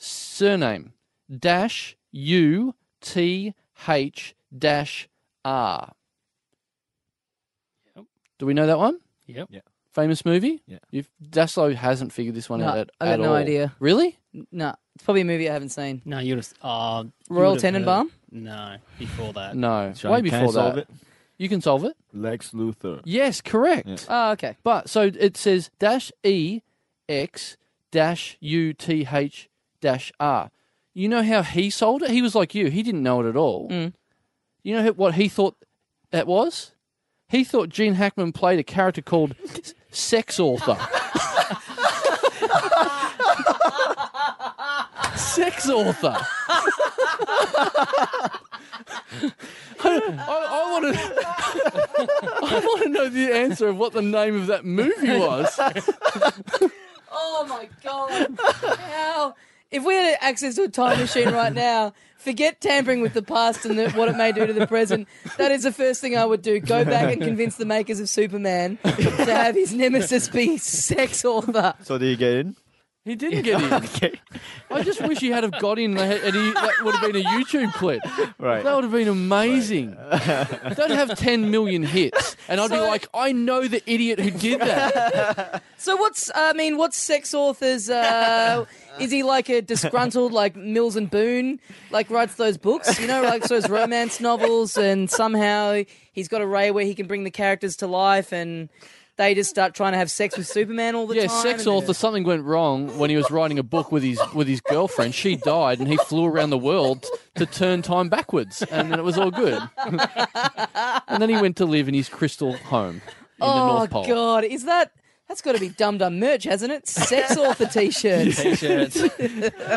S2: Surname dash U T H dash R. Do we know that one?
S3: Yep.
S2: famous movie?
S4: Yeah.
S2: You've, Daslow hasn't figured this one
S1: No,
S2: out at,
S1: I got
S2: at
S1: no
S2: all.
S1: idea.
S2: Really?
S1: No, it's probably a movie I haven't seen.
S3: No, you'd have. Oh, you
S1: Royal
S3: would have heard-
S1: Tenenbaum?
S3: No, before that.
S2: No.
S4: Shall I-
S2: Way
S4: can I
S2: before
S4: solve
S2: that.
S4: it?
S2: You can solve it.
S4: Lex Luthor.
S2: Yes, correct.
S1: Oh, okay.
S2: But so it says dash E X dash U T H dash R. You know how he sold it? He was like you. He didn't know it at all. You know what he thought that was? He thought Gene Hackman played a character called S- Sex Author. sex Author. I, I, I want to. I want to know the answer of what the name of that movie was.
S1: Oh my god! How? If we had access to a time machine right now, forget tampering with the past and the, what it may do to the present. That is the first thing I would do. Go back and convince the makers of Superman to have his nemesis be sex author.
S4: So did you get in?
S2: He didn't get in. I just wish he had have got in, and he, that would have been a YouTube clip.
S4: Right.
S2: That would have been amazing. Don't have 10 million hits, and I'd be
S1: So-
S2: like, I know the idiot who did that.
S1: So what's? I mean, what's sex author's? Uh, is he like a disgruntled like Mills and Boone, like writes those books, you know, like those romance novels, and somehow he's got a ray where he can bring the characters to life and. They just start trying to have sex with Superman all the
S2: Yeah,
S1: time.
S2: sex
S1: and-
S2: author. Something went wrong when he was writing a book with his with his girlfriend. She died, and he flew around the world to turn time backwards, and then it was all good. and then he went to live in his crystal home in the
S1: oh
S2: North Pole.
S1: God, is that? That's got to be Dum Dum merch, hasn't it? Sex author T-shirts.
S3: T-shirts.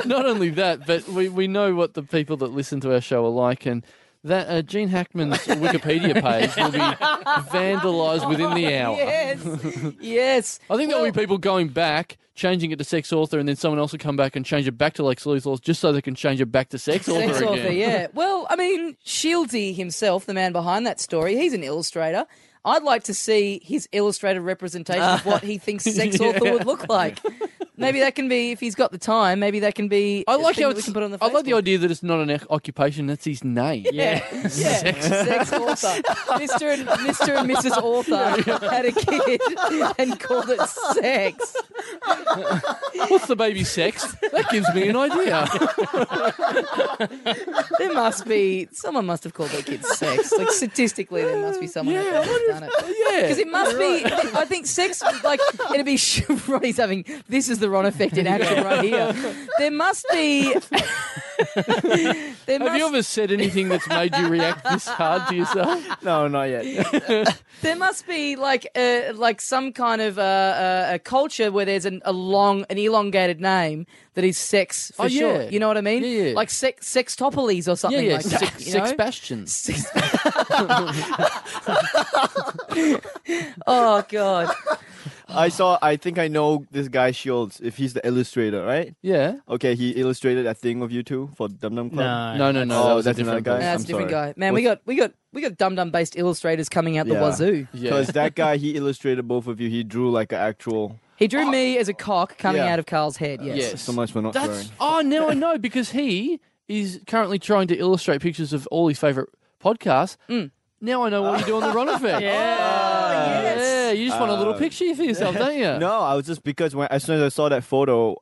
S2: not only that, but we, we know what the people that listen to our show are like, and that uh, Gene Hackman's Wikipedia page will be vandalised within the hour.
S1: Yes, yes.
S2: I think there'll
S1: Well-
S2: be people going back, changing it to sex author, and then someone else will come back and change it back to Lex Luthor, just so they can change it back to sex author
S1: Sex
S2: again.
S1: author, yeah. Well, I mean, Shieldsy himself, the man behind that story, he's an illustrator. I'd like to see his illustrated representation of what he thinks sex author would look like. Maybe that can be if he's got the time. Maybe that can be.
S2: I
S1: a
S2: like
S1: thing
S2: how
S1: that we
S2: it's,
S1: can put on the.
S2: I like the
S1: Facebook.
S2: idea that it's not an ec- occupation; that's his name.
S1: Yeah, yeah. sex. author. Mister and Mister and Mrs. Author had a kid and called it sex.
S2: What's the baby sex? That gives me an idea.
S1: There must be someone must have called their kid sex. Like statistically, there must be someone
S2: Yeah,
S1: out there who's done it.
S2: yeah.
S1: Because it must be, I think sex, like, it'd be, Ronnie's having, this is the Ron effect in action right here. There must be, there
S2: Have
S1: must,
S2: you ever said anything that's made you react this hard to yourself?
S4: No, not yet.
S1: there must be like, uh, like some kind of uh, uh, a culture where there's an, a long, an elongated name that is sex for
S2: Oh, yeah.
S1: sure. You know what I mean?
S2: Yeah, yeah.
S1: Like sex, sextopolis or
S2: Yeah,
S1: something
S2: yeah.
S1: like
S2: Six,
S1: that. you
S2: six
S1: know?
S2: bastions.
S1: Six- oh god!
S4: I saw. I think I know this guy Shields. If he's the illustrator, right?
S2: Yeah.
S4: Okay, he illustrated that thing of you two for Dum Dum Club.
S2: No,
S3: No,
S2: no, no.
S4: Oh,
S2: that was
S4: that's
S2: a different
S4: another guy?
S2: person.
S1: Nah, it's
S4: I'm
S1: a different
S4: sorry.
S1: guy. Man, we got we got we got dum dum based illustrators coming out the
S4: Yeah.
S1: wazoo.
S2: Yeah.
S4: Because that guy, he illustrated both of you. He drew like an actual.
S1: He drew me as a cock coming
S4: Yeah.
S1: out of Carl's head. Yes.
S2: Yes.
S4: So much for not
S2: That's
S4: swearing.
S2: oh now I know because he is currently trying to illustrate pictures of all his favorite podcasts. Now I know what you do on the Ron effect. Oh,
S3: Yeah.
S2: Yeah, you just want a little
S4: Uh,
S2: picture for yourself, don't you?
S4: No, I was just because when as soon as I saw that photo,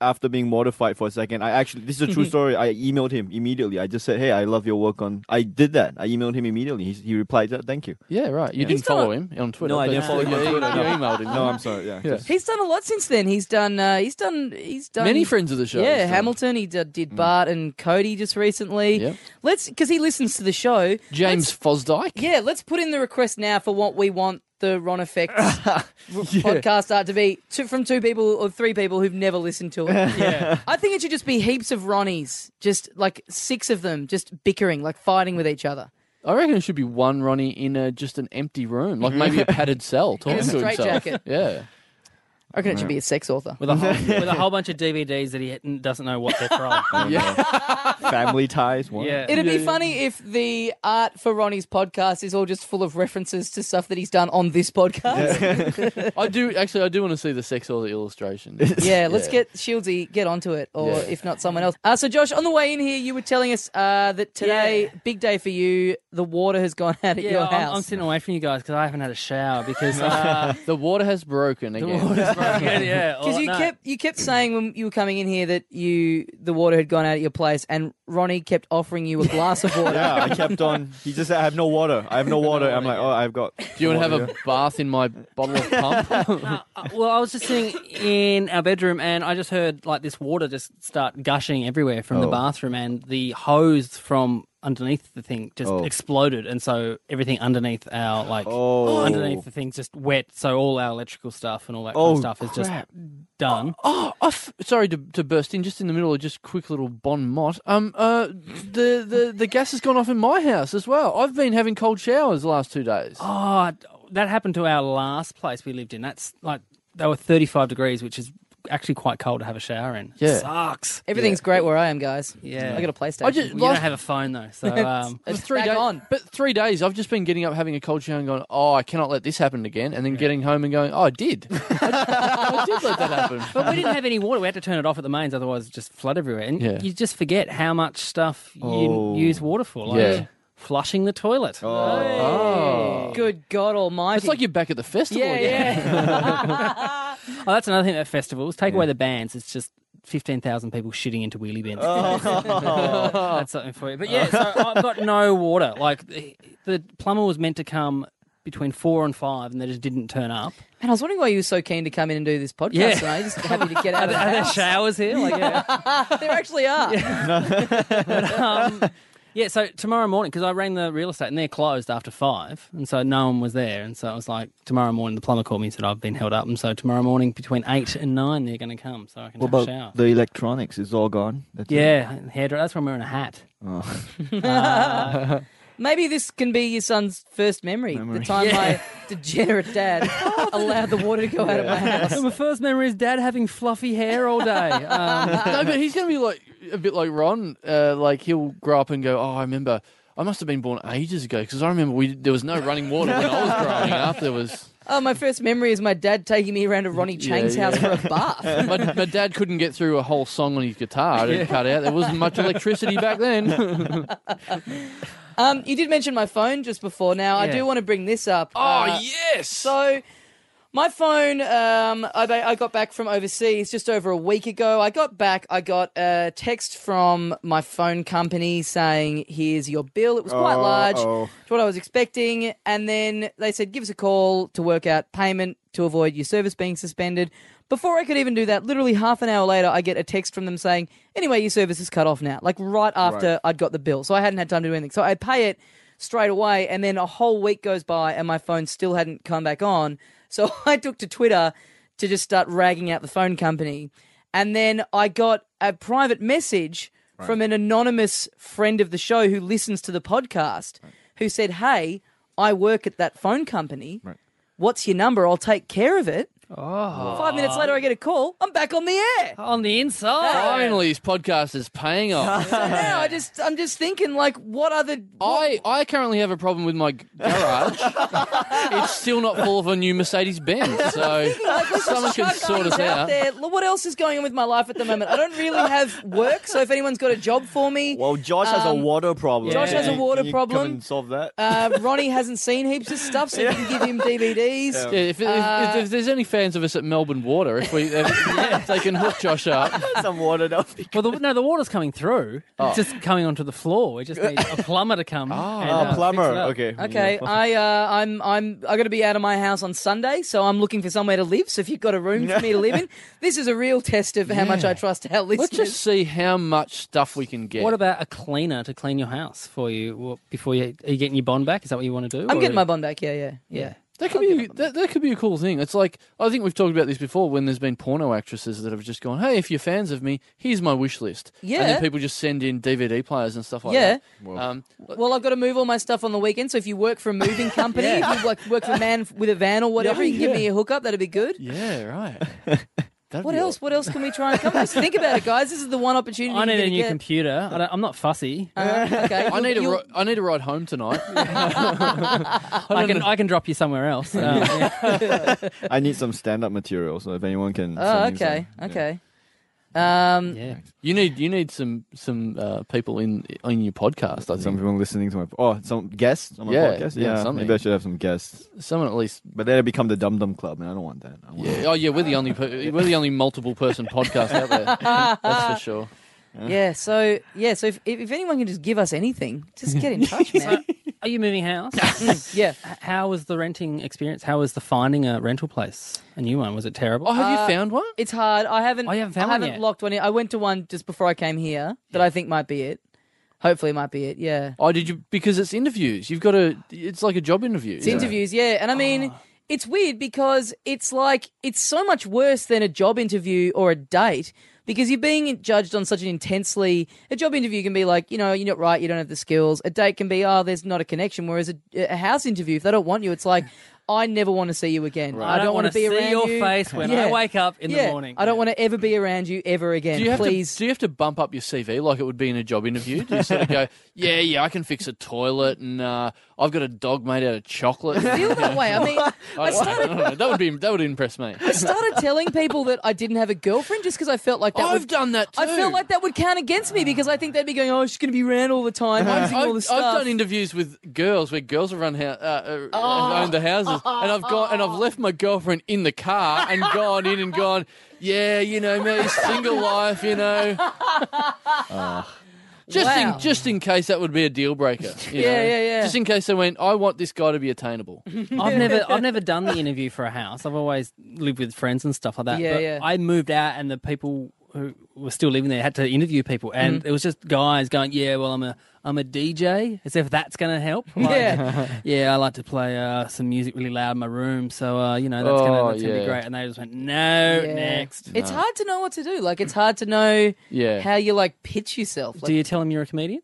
S4: after being mortified for a second, I actually this is a true story. I emailed him immediately. I just said, "Hey, I love your work on." I did that. I emailed him immediately. He, he replied, "Oh, "Thank you."
S2: Yeah, right. You
S1: He's
S2: didn't follow
S1: not-
S2: him on Twitter.
S4: No, I
S2: but
S4: didn't follow him on
S2: you-
S4: Twitter,
S2: You
S4: no.
S2: emailed him.
S4: No, I'm sorry. Yeah.
S2: Yeah.
S4: just-
S1: He's done a lot since then. He's done. Uh, he's done. He's done.
S2: Many friends of the show.
S1: Yeah,
S2: so-
S1: Hamilton. He did, did Bart and Cody just recently.
S2: Yep.
S1: Let's because he listens to the show.
S2: James Fosdyke.
S1: Let's- yeah, let's put in the request now for what we want the Ron Effect r- podcast art to be two, from two people or three people who've never listened to it.
S3: Yeah.
S1: I think it should just be heaps of Ronnies, just like six of them, just bickering, like fighting with each other.
S2: I reckon it should be one Ronnie in a, just an empty room, like maybe a padded cell, talking
S1: a
S2: to himself.
S1: straitjacket.
S2: Yeah.
S1: I reckon it should be a sex author.
S3: With a, whole, with a whole bunch of DVDs that he doesn't know what they're from.
S4: Family ties. What?
S3: yeah.
S1: It'd be funny if the art for Ronnie's podcast is all just full of references to stuff that he's done on this podcast. Yeah,
S2: I do actually. I do want to see the sex or the illustration.
S1: let's
S2: Yeah.
S1: get Shieldsy get onto it, or
S2: Yeah.
S1: if not, someone else. Uh, so, Josh, on the way in here, you were telling us uh, that today,
S3: Yeah.
S1: big day for you. The water has gone out at
S3: Yeah,
S1: your
S3: I'm,
S1: house.
S3: I'm sitting away from you guys because I haven't had a shower because uh,
S2: the water has broken
S3: the
S2: again.
S3: water's broken. Yeah,
S1: because
S3: or-
S1: you
S3: Oh, no.
S1: kept you kept saying when you were coming in here that you the water had gone out at your place, and Ronnie kept offering you a glass of water.
S4: Yeah, I kept on. He just said, I have no water. I have no water. I'm like, oh, I've got.
S2: Do you want to have a bath in my bottle of pump?
S3: Uh, well, I was just sitting in our bedroom and I just heard like this water just start gushing everywhere from the
S4: Oh.
S3: bathroom and the hose from underneath the thing just
S4: Oh.
S3: exploded and so everything underneath our like
S4: Oh.
S3: underneath the thing's just wet so all our electrical stuff and all that
S4: Oh,
S3: kind of stuff is
S4: crap.
S3: just done.
S2: oh, I f- sorry to, to burst in just in the middle of just quick little bon mot. Um, uh, the, the the gas has gone off in my house as well. I've been having cold showers the last two days.
S3: Oh, that happened to our last place we lived in. That's like they were 35 degrees, which is actually quite cold to have a shower in.
S2: Yeah.
S3: Sucks.
S1: Everything's great where I am, guys.
S3: Yeah.
S1: I got a PlayStation.
S2: I just
S3: You
S2: last,
S3: don't have a phone though, so um,
S2: for
S1: it's
S2: three
S1: back
S2: days.
S1: on.
S2: But three days, I've just been getting up, having a cold shower, and going, "Oh, I cannot let this happen again," and then getting home and going, "Oh, I did. I, I did let that happen."
S3: But we didn't have any water. We had to turn it off at the mains, otherwise it'd just flood everywhere. And
S2: Yeah.
S3: you just forget how much stuff you
S4: Oh.
S3: use water for, like
S2: Yeah.
S3: flushing the toilet.
S2: Oh.
S1: Good God Almighty!
S2: It's like you're back at the festival
S1: yeah,
S2: again.
S1: yeah.
S3: Oh, that's another thing at festivals. Take away the bands. It's just fifteen thousand people shitting into wheelie bins.
S1: Oh.
S3: that's something for you. But yeah, so I've got no water. Like the, the plumber was meant to come between four and five, and they just didn't turn up.
S1: and I was wondering why you were so keen to come in and do this podcast
S3: Yeah.
S1: tonight. Just happy to get out of the
S3: Are there
S1: house.
S3: showers here? Like, yeah.
S1: there actually are.
S3: um, yeah, so tomorrow morning, because I rang the real estate and they're closed after five. And so no one was there. And so I was like, tomorrow morning, the plumber called me and said, I've been held up. And so tomorrow morning, between eight and nine, they're going to come so I can
S4: What
S3: have a
S4: about
S3: shower.
S4: the electronics? It's all gone. That's it?
S3: yeah, hairdryer. That's why I'm wearing a hat.
S4: Oh.
S3: Uh,
S1: Maybe this can be your son's first memory. The time
S3: Yeah.
S1: my degenerate dad allowed the water to go out of my house.
S3: so my first memory is dad having fluffy hair all day. Um,
S2: no, but he's going to be like a bit like Ron. Uh, like he'll grow up and go, "Oh, I remember." I must have been born ages ago because I remember we there was no running water when I was growing up. There was
S1: Oh, my first memory is my dad taking me around to Ronnie Chang's
S2: yeah.
S1: house for a bath.
S2: my, my dad couldn't get through a whole song on his guitar. It cut out. There wasn't much electricity back then.
S1: Um, you did mention my phone just before. Now I
S3: Yeah.
S1: do want to bring this up. Uh,
S2: Oh, yes.
S1: So my phone, um, I, ba- I got back from overseas just over a week ago. I got back, I got a text from my phone company saying, "Here's your bill." It was quite large
S4: Uh-oh.
S1: to what I was expecting, and then they said, "Give us a call to work out payment to avoid your service being suspended." Before I could even do that, literally half an hour later, I get a text from them saying, "Anyway, your service is cut off now." Like right after I'd got the bill, so I hadn't had time to do anything. So I pay it straight away. And then a whole week goes by and my phone still hadn't come back on. So I took to Twitter to just start ragging out the phone company. And then I got a private message from an anonymous friend of the show who listens to the podcast who said, Hey, I work at that phone company.
S4: Right.
S1: What's your number? I'll take care of it. Oh. Five minutes later, I get a call. I'm back on the air.
S3: On the inside.
S2: Finally, his podcast is paying off.
S1: So now I just, I'm just thinking, like, what other?
S2: I, I currently have a problem with my g- garage. it's still not full of a new Mercedes Benz, so someone could sort us
S1: out
S2: out.
S1: there. Look, What else is going on with my life at the moment? I don't really have work, so if anyone's got a job for me,
S4: Well, Josh has a
S1: Um,
S4: water problem.
S3: Josh has a
S4: Can you-
S1: water
S4: can you
S1: problem.
S4: Come and solve that.
S1: uh, Ronnie hasn't seen heaps of stuff, so you can give him DVDs.
S4: Yeah.
S2: Yeah, if, if, if, if there's any fans of us at Melbourne Water, if we if, if they can hook Josh up,
S4: Some water. That would be
S3: Well, the, no, the water's coming through. It's just coming onto the floor. We just need a plumber to come. and,
S4: Oh,
S3: uh,
S4: plumber.
S3: fix it up.
S4: Okay.
S1: Okay, I uh, I'm I'm I got to be out of my house on Sunday, so I'm looking for somewhere to live. So if you've got a room for me to live in, this is a real test of how much I trust our listeners.
S2: let's just see how much stuff we can get.
S3: What about a cleaner to clean your house for you What- before you are you getting your bond back? Is that what you want to do?
S1: I'm
S3: Or-
S1: getting my bond back. Yeah, yeah, yeah.
S2: that could be that, that could be a cool thing. It's like I think we've talked about this before when there's been porno actresses that have just gone, "Hey, if you're fans of me, here's my wish list." and
S1: Yeah.
S2: then people just send in DVD players and stuff like
S1: Yeah.
S2: that. Um,
S1: Well, I've got to move all my stuff on the weekend. So if you work for a moving company, if you like work for a man with a van or whatever, you can give me a hookup. That'd be good.
S2: yeah, right. That'd
S1: What
S2: be
S1: else? What else can we try and come? Just think about it, guys. This is the one opportunity.
S3: I need
S1: you're
S3: a
S1: gonna
S3: new
S1: get.
S3: computer. I don't, I'm not fussy.
S1: Uh, okay.
S2: I
S1: You'll-
S2: need a
S1: you'll-
S2: ri- I need a ride home tonight.
S3: I can I can drop you somewhere else. Um, yeah.
S4: I need some stand-up material, so if anyone can.
S1: Oh,
S4: send me
S1: okay.
S4: some, yeah.
S1: Okay. Um,
S3: Yeah.
S2: You need you need some some uh, people in in your podcast. I
S4: Some
S2: think
S4: people listening to my oh some guests on my
S2: Yeah,
S4: podcast.
S2: yeah,
S4: Yeah,
S2: something.
S4: maybe I should have some guests.
S2: someone at least.
S4: But then it become the Dum Dum Club, and I don't want that. I want
S2: Yeah. Oh yeah, we're the only per- we're the only multiple person podcast out there. That's for sure.
S1: yeah. So yeah. So if, if if anyone can just give us anything, just get in touch, man.
S3: Are you moving house?
S1: Mm, yeah.
S3: H- How was the renting experience? How was the finding a rental place? A new one was it terrible?
S2: Oh, have
S1: Uh,
S2: you found one?
S1: It's hard. I haven't.
S3: Oh, you haven't found
S1: I
S3: one
S1: haven't
S3: yet?
S1: locked one. Yet. I went to one just before I came here that I think might be it. Hopefully, it might be it. Yeah.
S2: Oh, did you? Because it's interviews. You've got to. It's like a job interview.
S1: It's interviews, yeah. And I mean, it's weird because it's like it's so much worse than a job interview or a date because you're being judged on such an intensely. A job interview can be like, you know, you're not right, you don't have the skills. A date can be, oh, there's not a connection. Whereas a, a house interview, if they don't want you, it's like, I never want to see you again. I, don't, want to be
S3: see
S1: around
S3: your
S1: you.
S3: face when
S1: Yeah.
S3: I wake up in
S1: yeah,
S3: the morning.
S1: I don't want to ever be around you ever again.
S2: Do you have
S1: Please.
S2: to? Do you have to bump up your CV like it would be in a job interview? Do you sort of go, yeah, yeah, I can fix a toilet, and uh, I've got a dog made out of chocolate. I
S1: feel
S2: don't
S1: that way. I mean, I started,
S2: know. That would be that would impress me.
S1: I started telling people that I didn't have a girlfriend just because I felt like that
S2: I've
S1: would
S2: done that. Too.
S1: I feel like that would count against me because I think they'd be going, "Oh, she's going to be around all the time." I'm all
S2: Uh-huh. I've,
S1: this
S2: I've
S1: stuff.
S2: done interviews with girls where girls have run hou- uh, uh,
S1: Oh.
S2: uh, owned the houses, and I've got and I've left my girlfriend in the car and gone in and gone. Yeah, you know me, single life, you know. Just
S1: Ah. Wow.
S2: in just in case that would be a deal breaker. you
S1: Yeah,
S2: know?
S1: yeah, yeah.
S2: Just in case they went, I want this guy to be attainable.
S3: I've never I've never done the interview for a house. I've always lived with friends and stuff like that.
S1: Yeah,
S3: but
S1: yeah.
S3: I moved out and the people who were still living there had to interview people
S1: Mm.
S3: and it was just guys going, Yeah, well I'm a I'm a DJ, as if that's gonna help. Like,
S1: Yeah.
S3: yeah, I like to play uh, some music really loud in my room, so uh, you know, that's
S2: Oh,
S3: gonna that's gonna
S2: yeah.
S3: be great. And they just went, No,
S1: Yeah.
S3: next.
S1: It's hard to know what to do. Like, it's hard to know
S2: Yeah.
S1: how you like pitch yourself. Like,
S3: Do you tell them you're a comedian?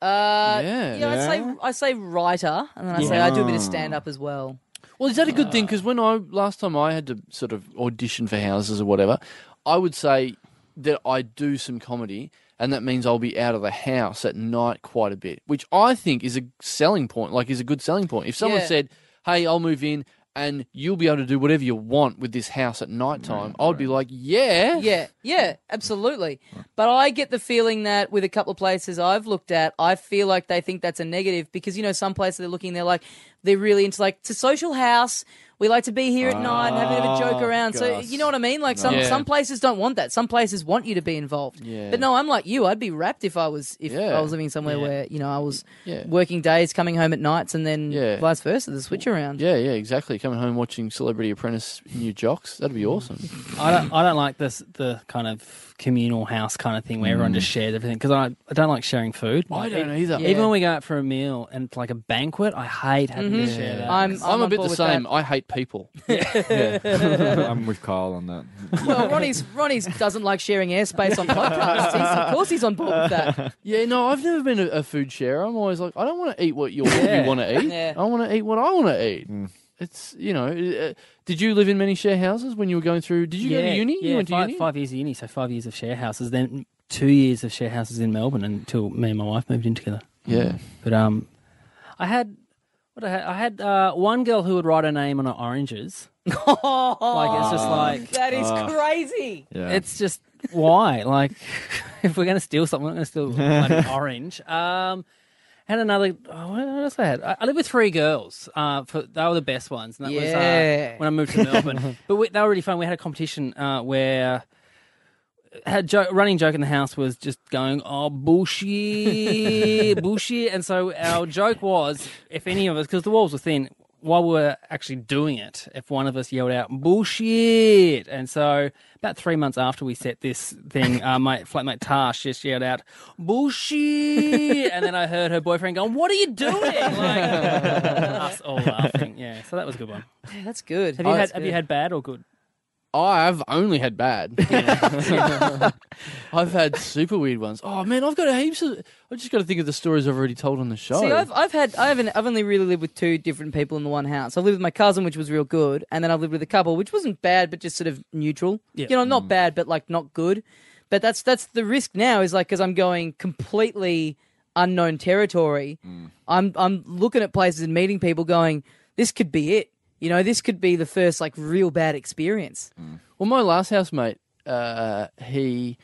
S1: uh,
S2: Yeah. Mm.
S1: I say I say writer, and then I say I do a bit of stand up as well.
S2: Well, is that a good
S1: Uh,
S2: thing? Because when I last time I had to sort of audition for houses or whatever, I would say that I do some comedy, and that means I'll be out of the house at night quite a bit, which I think is a selling point. Like, is a good selling point. If someone
S1: Yeah.
S2: said, "Hey, I'll move in." And you'll be able to do whatever you want with this house at night time. I'd be like, yeah,
S1: Yeah, yeah, absolutely. But I get the feeling that with a couple of places I've looked at, I feel like they think that's a negative because you know some places they're looking, they're like they're really into like it's a social house. We like to be here at night and have a bit of a joke
S4: Oh,
S1: around. So
S4: gosh.
S1: you know what I mean? Like some
S2: Yeah.
S1: some places don't want that. Some places want you to be involved.
S2: Yeah.
S1: But no, I'm like you. I'd be wrapped if I was if
S2: Yeah.
S1: I was living somewhere where you know I was
S2: Yeah.
S1: working days, coming home at nights, and then
S2: Yeah.
S1: vice versa. The switch around.
S2: Yeah, yeah, exactly. Coming home watching Celebrity Apprentice New Jocks. That'd be awesome.
S3: I don't, I don't like this the kind of communal house kind of thing where everyone just shares everything because I, I don't like sharing food.
S2: Mm. I
S3: Like, e-,
S2: don't either.
S1: Yeah.
S3: Even when we go out for a meal and it's like a banquet, I hate having to
S1: Mhm.
S3: share that.
S1: I'm
S2: Mm-hmm. I'm, uh, a
S1: on
S2: bit
S1: board
S2: the
S1: with that.
S2: same. I hate people.
S4: I'm with Carl on that.
S1: Well, Ronnie's Ronnie's doesn't like sharing airspace on podcasts. He's, of course, he's on board with that.
S2: Yeah, no, I've never been a, a food sharer. I'm always like, I don't want to eat what you
S3: Yeah.
S2: want to eat.
S1: Yeah.
S2: I want to eat what I want to eat. It's you know. Uh, did you live in many share houses when you were going through? Did you go to uni?
S3: Yeah,
S2: you went
S3: five,
S2: to uni.
S3: five years of uni, so five years of share houses, then two years of share houses in Melbourne until me and my wife moved in together.
S2: Yeah.
S3: But um, I had what I had, I had uh, one girl who would write her name on her oranges. Like uh. it's just like
S1: that is crazy.
S4: Yeah.
S3: it's just why like if we're going to steal something, we're going to steal bloody orange. Um, and another oh, what else I had? I, I lived with three girls. Uh, for they were the best ones. And that was
S1: Yeah.
S3: uh, when I moved to Melbourne. but we, they were really fun. We had a competition uh, where. Had joke, running joke in the house was just going oh bullshit bullshit, and so our joke was if any of us because the walls were thin while we were actually doing it, if one of us yelled out bullshit, and so about three months after we set this thing, uh, my flatmate Tash just yelled out bullshit, and then I heard her boyfriend going, "What are you doing?" Like, us all laughing. Yeah, so that was a good one.
S1: Yeah, That's good.
S3: Have you had
S1: Oh, That's
S3: Have you
S1: good.
S3: had bad or good?
S2: I've only had bad. I've had super weird ones. Oh man, I've got a heaps of. I just got to think of the stories I've already told on the show.
S1: See, I've, I've had I haven't I've only really lived with two different people in the one house. I've lived with my cousin, which was real good, and then I've lived with a couple, which wasn't bad, but just sort of neutral.
S3: Yeah.
S1: You know, not bad, but like not good. But that's that's the risk now is like because I'm going completely unknown territory. I'm I'm looking at places and meeting people, going, this could be it. You know, this could be the first like real bad experience.
S2: Well, my last housemate, uh, he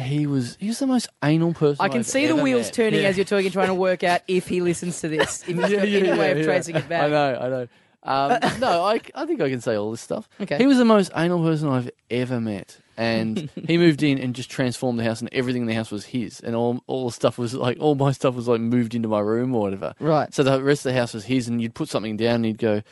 S2: he was he was the most anal person.
S1: I can
S2: I've
S1: see the
S2: ever
S1: wheels
S2: met.
S1: turning as you're talking, trying to work out if he listens to this. If there's any way of tracing it back.
S2: I know, I know. Um, no, I, I think I can say all this stuff.
S1: Okay.
S2: He was the most anal person I've ever met. And he moved in and just transformed the house, and everything in the house was his. And all all the stuff was like, all my stuff was like moved into my room or whatever.
S1: Right.
S2: So the rest of the house was his, and you'd put something down and he'd go,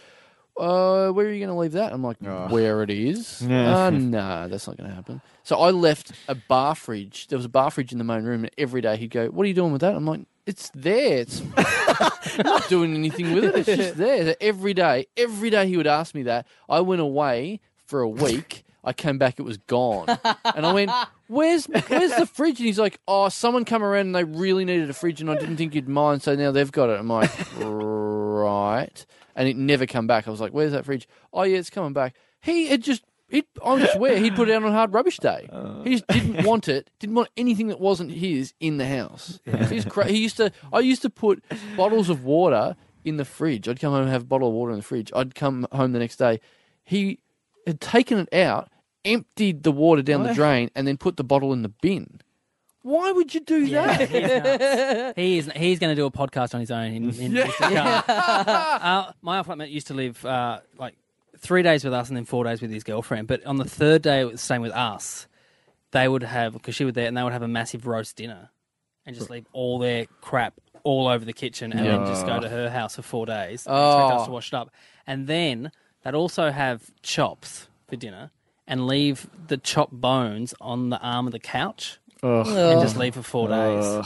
S2: uh, where are you going to leave that? I'm like, where it is.
S4: Yeah.
S2: Uh, nah, that's not going to happen. So I left a bar fridge. There was a bar fridge in the main room, and every day he'd go, what are you doing with that? I'm like, it's there. It's not doing anything with it. It's just there. So Every day, every day he would ask me that. I went away for a week. I came back, it was gone. And I went, Where's where's the fridge? And he's like, Oh, someone come around and they really needed a fridge and I didn't think you'd mind, so now they've got it. I'm like, Right. And it never come back. I was like, Where's that fridge? Oh yeah, it's coming back. He had just it, I swear he'd put it out on hard rubbish day. He just didn't want it. Didn't want anything that wasn't his in the house. He's cra- he used to. I used to put bottles of water in the fridge. I'd come home and have a bottle of water in the fridge. I'd come home the next day. He had taken it out, emptied the water down the drain, and then put the bottle in the bin. Why would you do
S3: Yeah,
S2: that?
S3: he's nuts. he is, he's going to do a podcast on his own in, in just a car. uh, my apartment used to live uh, like three days with us and then four days with his girlfriend. But on the third day, it was the same with us. They would have because she was there, and they would have a massive roast dinner, and just leave all their crap all over the kitchen, and then just go to her house for four days and expect us to wash it up. And then they'd also have chops for dinner, and leave the chop bones on the arm of the couch, and just leave for four days.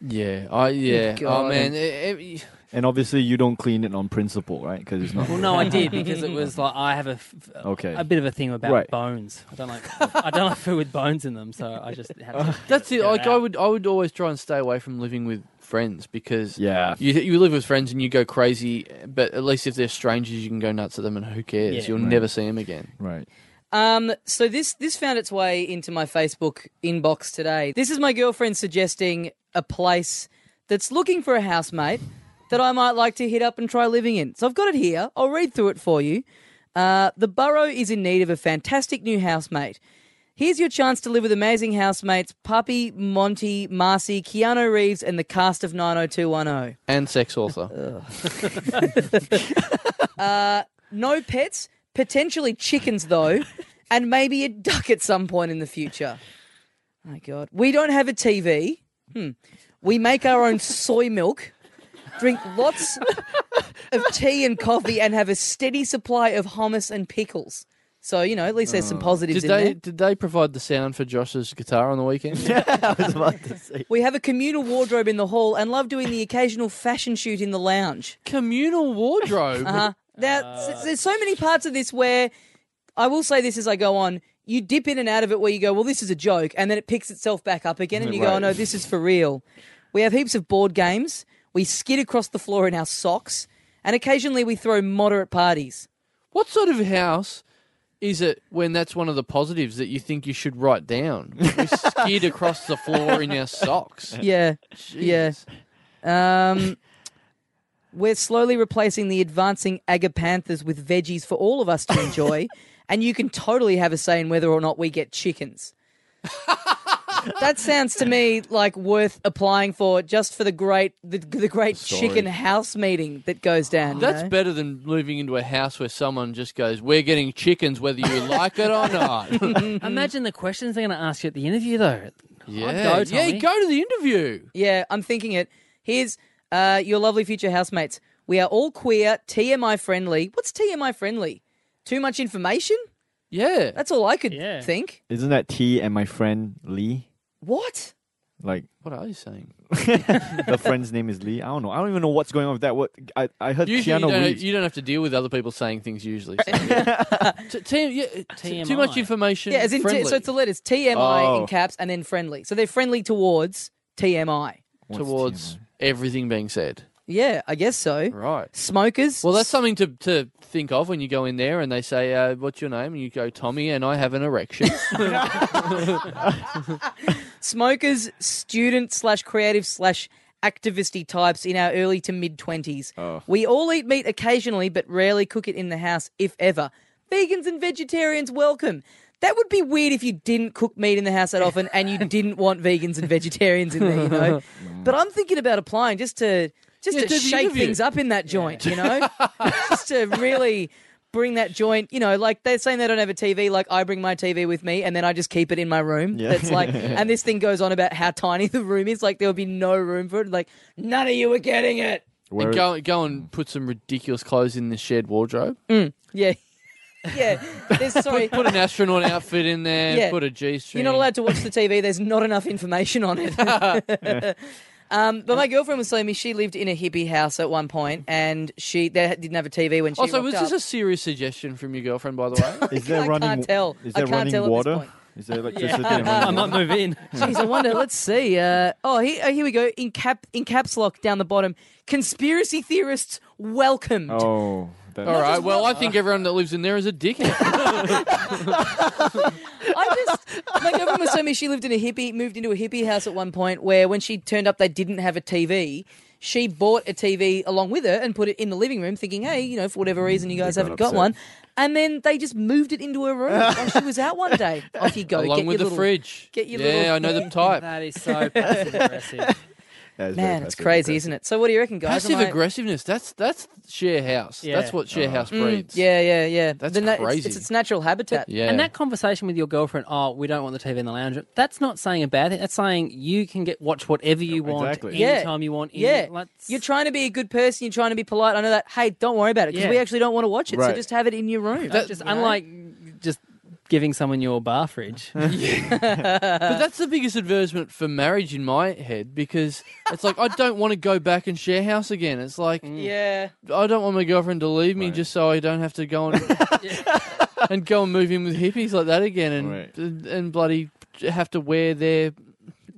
S2: Yeah, I yeah. Oh
S1: God.
S2: man, eh, eh,
S4: And obviously, you don't clean it on principle, right? Because it's not.
S3: Well, no, I did because it was like I have a f-
S4: Okay.
S3: a bit of a thing about
S4: Right.
S3: bones. I don't like I don't like food with bones in them, so I just had to
S2: that's it.
S3: Get
S2: Like I
S3: out.
S2: would, I would always try and stay away from living with friends because
S4: Yeah.
S2: You, you live with friends and you go crazy, but at least if they're strangers, you can go nuts at them and who cares?
S3: Yeah.
S2: You'll
S3: Right.
S2: never see them again.
S4: Right.
S1: Um, so this this found its way into my Facebook inbox today. This is my girlfriend suggesting a place that's looking for a housemate that I might like to hit up and try living in. So I've got it here. I'll read through it for you. Uh, the borough is in need of a fantastic new housemate. Here's your chance to live with amazing housemates Puppy, Monty, Marcy, Keanu Reeves, and the cast of 90210.
S2: and sex author.
S1: No pets, potentially chickens though, and maybe a duck at some point in the future. My God. We don't have a TV. Hmm. We make our own soy milk, drink lots of tea and coffee, and have a steady supply of hummus and pickles. So, you know, at least there's some positives
S2: Did
S1: in
S2: they
S1: there.
S2: did they provide the sound for Josh's guitar on the weekend?
S1: We have a communal wardrobe in the hall and love doing the occasional fashion shoot in the lounge.
S2: Communal wardrobe.
S1: Uh-huh. Now, s- there's so many parts of this where I will say this as I go on. You dip in and out of it where you go, well, this is a joke, and then it picks itself back up again, and you go, oh,
S4: Right.
S1: no, this is for real. We have heaps of board games. We skid across the floor in our socks, and occasionally we throw moderate parties.
S2: What sort of house is it when that's one of the positives that you think you should write down? We skid across the floor in our socks.
S1: Yeah, yeah.
S2: Jeez.
S1: Um, we're slowly replacing the advancing agapanthers with veggies for all of us to enjoy, and you can totally have a say in whether or not we get chickens. that sounds to me like worth applying for just for the great the, the great chicken house meeting that goes down. you
S2: That's
S1: know?
S2: better than moving into a house where someone just goes, "We're getting chickens, whether you like it or not."
S3: Imagine the questions they're going to ask you at the interview, though.
S2: yeah,
S3: go,
S2: yeah.
S3: Tommy.
S2: Go to the interview.
S1: Yeah, I'm thinking it. Here's uh, your lovely future housemates. We are all queer, TMI friendly. What's TMI friendly? Too much information?
S2: Yeah.
S1: That's all I could
S3: Yeah.
S1: think.
S4: Isn't that T and my friend Lee?
S1: What?
S4: Like
S2: what are you saying?
S4: the friend's name is Lee. I don't know. I don't even know what's going on with that. What I, I heard
S2: Usually, you
S4: Keanu
S2: don't,
S4: Reeves.
S2: you don't have to deal with other people saying things. Usually, so, yeah. T- T- yeah, t- too much
S3: TMI.
S2: information.
S1: Yeah, as in t-
S2: friendly
S1: so it's the letters TMI
S4: Oh.
S1: in caps and then friendly. So they're friendly towards TMI.
S4: What's
S2: towards
S4: TMI?
S2: everything being said.
S1: Yeah, I guess so.
S2: Right.
S1: Smokers.
S2: Well, that's something to, to think of when you go in there and they say, uh, "What's your name?" and you go, "Tommy," and I have an erection.
S1: smokers, student slash creative slash activisty types in our early to mid twenties.
S2: Oh.
S1: We all eat meat occasionally, but rarely cook it in the house, if ever. Vegans and vegetarians welcome. That would be weird if you didn't cook meat in the house that often and you didn't want vegans and vegetarians in there, you know. But I'm thinking about applying just to just
S2: Yeah,
S1: to
S2: do the
S1: shake
S2: interview.
S1: things up in that joint, you know? just to really bring that joint, you know, like they're saying they don't have a TV, like I bring my TV with me and then I just keep it in my room.
S4: Yeah.
S1: That's like and this thing goes on about how tiny the room is, like there would be no room for it. Like, none of you are getting it.
S4: Where-
S2: and go go and put some ridiculous clothes in the shared wardrobe.
S1: Yeah. yeah. There's sorry.
S2: Put an astronaut outfit in there.
S1: Yeah.
S2: Put a g string.
S1: You're not allowed to watch the TV. There's not enough information on it. um, but my girlfriend was telling me she lived in a hippie house at one point, and she they didn't have a TV when she.
S2: Also,
S1: rocked
S2: was
S1: up.
S2: this a serious suggestion from your girlfriend, by the way?
S4: Is there
S1: I
S4: running?
S1: can't tell.
S4: Is
S1: I
S4: there
S1: can't
S4: running
S1: tell at this
S4: water?
S1: point.
S4: Is there electricity? and running
S3: I might
S4: water?
S3: move in.
S1: Jeez, I wonder. Let's see. Uh, oh, here, oh, here we go. In cap, in caps lock down the bottom. Conspiracy theorists welcomed.
S4: Oh, that,
S2: All right. Well, I think everyone that lives in there is a dickhead.
S1: I just my girlfriend was telling me she lived in a hippie, moved into a hippie house at one point where when she turned up they didn't have a TV. She bought a TV along with her and put it in the living room, thinking, hey, you know, for whatever reason you guys
S4: got
S1: haven't got
S4: upset.
S1: one. And then they just moved it into her room while she was out one day. Off you go.
S2: Along
S1: get
S2: with
S1: your
S2: the
S1: little-
S2: fridge.
S1: get your little-
S2: yeah, I know the type.
S3: That is so passive aggressive.
S4: that is very
S1: Man, it's
S4: passive
S1: crazy,
S4: aggressive.
S1: isn't it? So what do you reckon, guys? Am
S2: Passive
S1: I-
S2: aggressiveness. That's that's share house.
S3: Yeah.
S2: That's what share house
S1: Mm,
S2: breeds.
S1: Yeah, yeah, yeah.
S2: That's
S1: The na- it's-
S2: crazy.
S1: It's its natural habitat.
S2: Yeah.
S3: And that conversation with your girlfriend, oh, we don't want the TV in the lounge. That's not saying a bad thing. That's saying you can get watch whatever you want
S4: Exactly.
S1: Yeah.
S3: anytime you want.
S1: Yeah.
S3: Any, like,
S1: You're trying to be a good person. You're trying to be polite. I know that. Hey, don't worry about it because
S3: Yeah.
S1: we actually don't want to watch it. So
S4: Right.
S1: just have it in your room.
S3: that's just
S1: You know?
S3: unlike just giving someone your bar fridge.
S1: uh,
S2: But that's the biggest advertisement for marriage in my head because it's like I don't want to go back and share house again. It's like
S1: Mm. Yeah.
S2: I don't want my girlfriend to leave me
S4: Right.
S2: just so I don't have to go and and go and move in with hippies like that again and
S4: Right.
S2: and, and bloody have to wear their hemp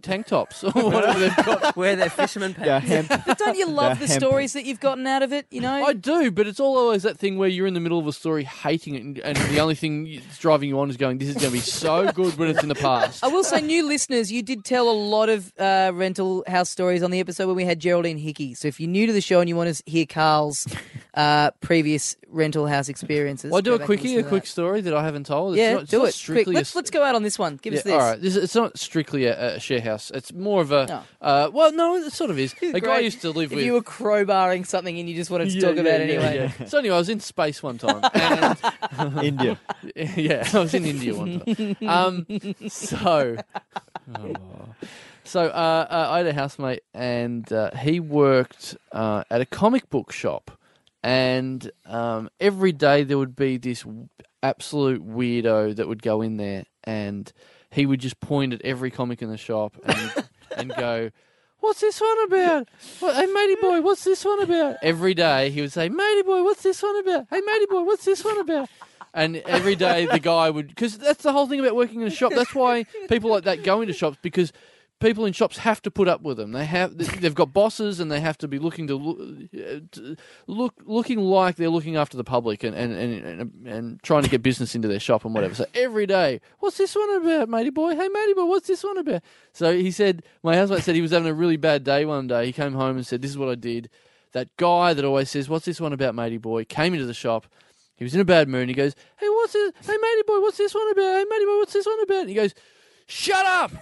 S2: tank tops or whatever they've got.
S5: Where they're fisherman pants.
S4: Yeah, hemp.
S1: But don't you love
S4: The
S1: the,
S4: hemp.
S1: stories that you've gotten out of it? You know,
S2: I do, but it's all always that thing where you're in the middle of a story hating it, and, and the only thing that's driving you on is going, "This is going to be so good when it's in the past."
S1: I will say, new listeners, you did tell a lot of uh, rental house stories on the episode when we had Geraldine Hickey. So if you're new to the show and you want to hear Carl's uh, previous rental house experiences,
S2: Well, I do
S1: go
S2: a
S1: back and
S2: quickie,
S1: listen
S2: a
S1: to
S2: quick
S1: that.
S2: story that I haven't told. It's
S1: Yeah,
S2: not, it's
S1: do
S2: not
S1: it. Quick.
S2: Strictly a
S1: Let's,
S2: s-
S1: let's go out on this one. Give us
S2: Yeah,
S1: this.
S2: All right, this, it's not strictly a, a share house. It's more of a.
S1: No.
S2: Uh, well, no, it sort of is. a guy I
S1: Great.
S2: used to live
S1: Oh, If
S2: with.
S1: you were crowbarring something and you just wanted to
S4: Yeah,
S1: talk
S4: yeah,
S1: about it
S4: yeah,
S1: anyway.
S2: Yeah. So anyway, I was in space one time, and
S4: India.
S2: yeah, I was in India one time. Um, so, so uh, uh, I had a housemate, and uh, he worked uh, at a comic book shop, and um, every day there would be this w- absolute weirdo that would go in there, and he would just point at every comic in the shop and and go. What's this one about? What, hey, matey boy, what's this one about? Every day he would say, matey boy, what's this one about? Hey, matey boy, what's this one about? And every day the guy would, because that's the whole thing about working in a shop. That's why people like that go into shops because people in shops have to put up with them. They have, they've got bosses, and they have to be looking to loo- uh, to look, looking like they're looking after the public and and, and and and trying to get business into their shop and whatever. So every day, what's this one about, matey boy? Hey, matey boy, what's this one about? So he said, my housemate said he was having a really bad day one day. He came home and said, this is what I did. That guy that always says, what's this one about, matey boy? Came into the shop. He was in a bad mood and he goes, Hey, what's this? Hey, matey boy, what's this one about? Hey, matey boy, what's this one about? And he goes, Shut up!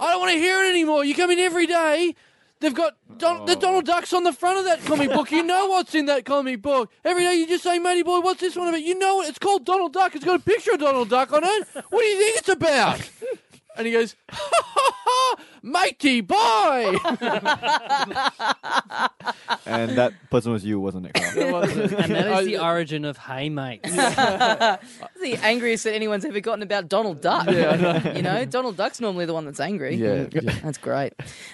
S2: I don't want to hear it anymore. You come in every day. They've got Don- the Donald Ducks on the front of that comic book. You know what's in that comic book. Every day you just say, matey boy, what's this one about? You know it. It's called Donald Duck. It's got a picture of Donald Duck on it. What do you think it's about? And he goes, ha ha ha, matey boy!
S4: And that person was you, wasn't it? Carl?
S2: That was it.
S3: And that
S2: I-
S3: is the origin of Hey Mate.
S1: That's the angriest that anyone's ever gotten about Donald Duck.
S2: Yeah, I
S1: you know, Donald Duck's normally the one that's angry.
S2: Yeah, yeah.
S1: That's great.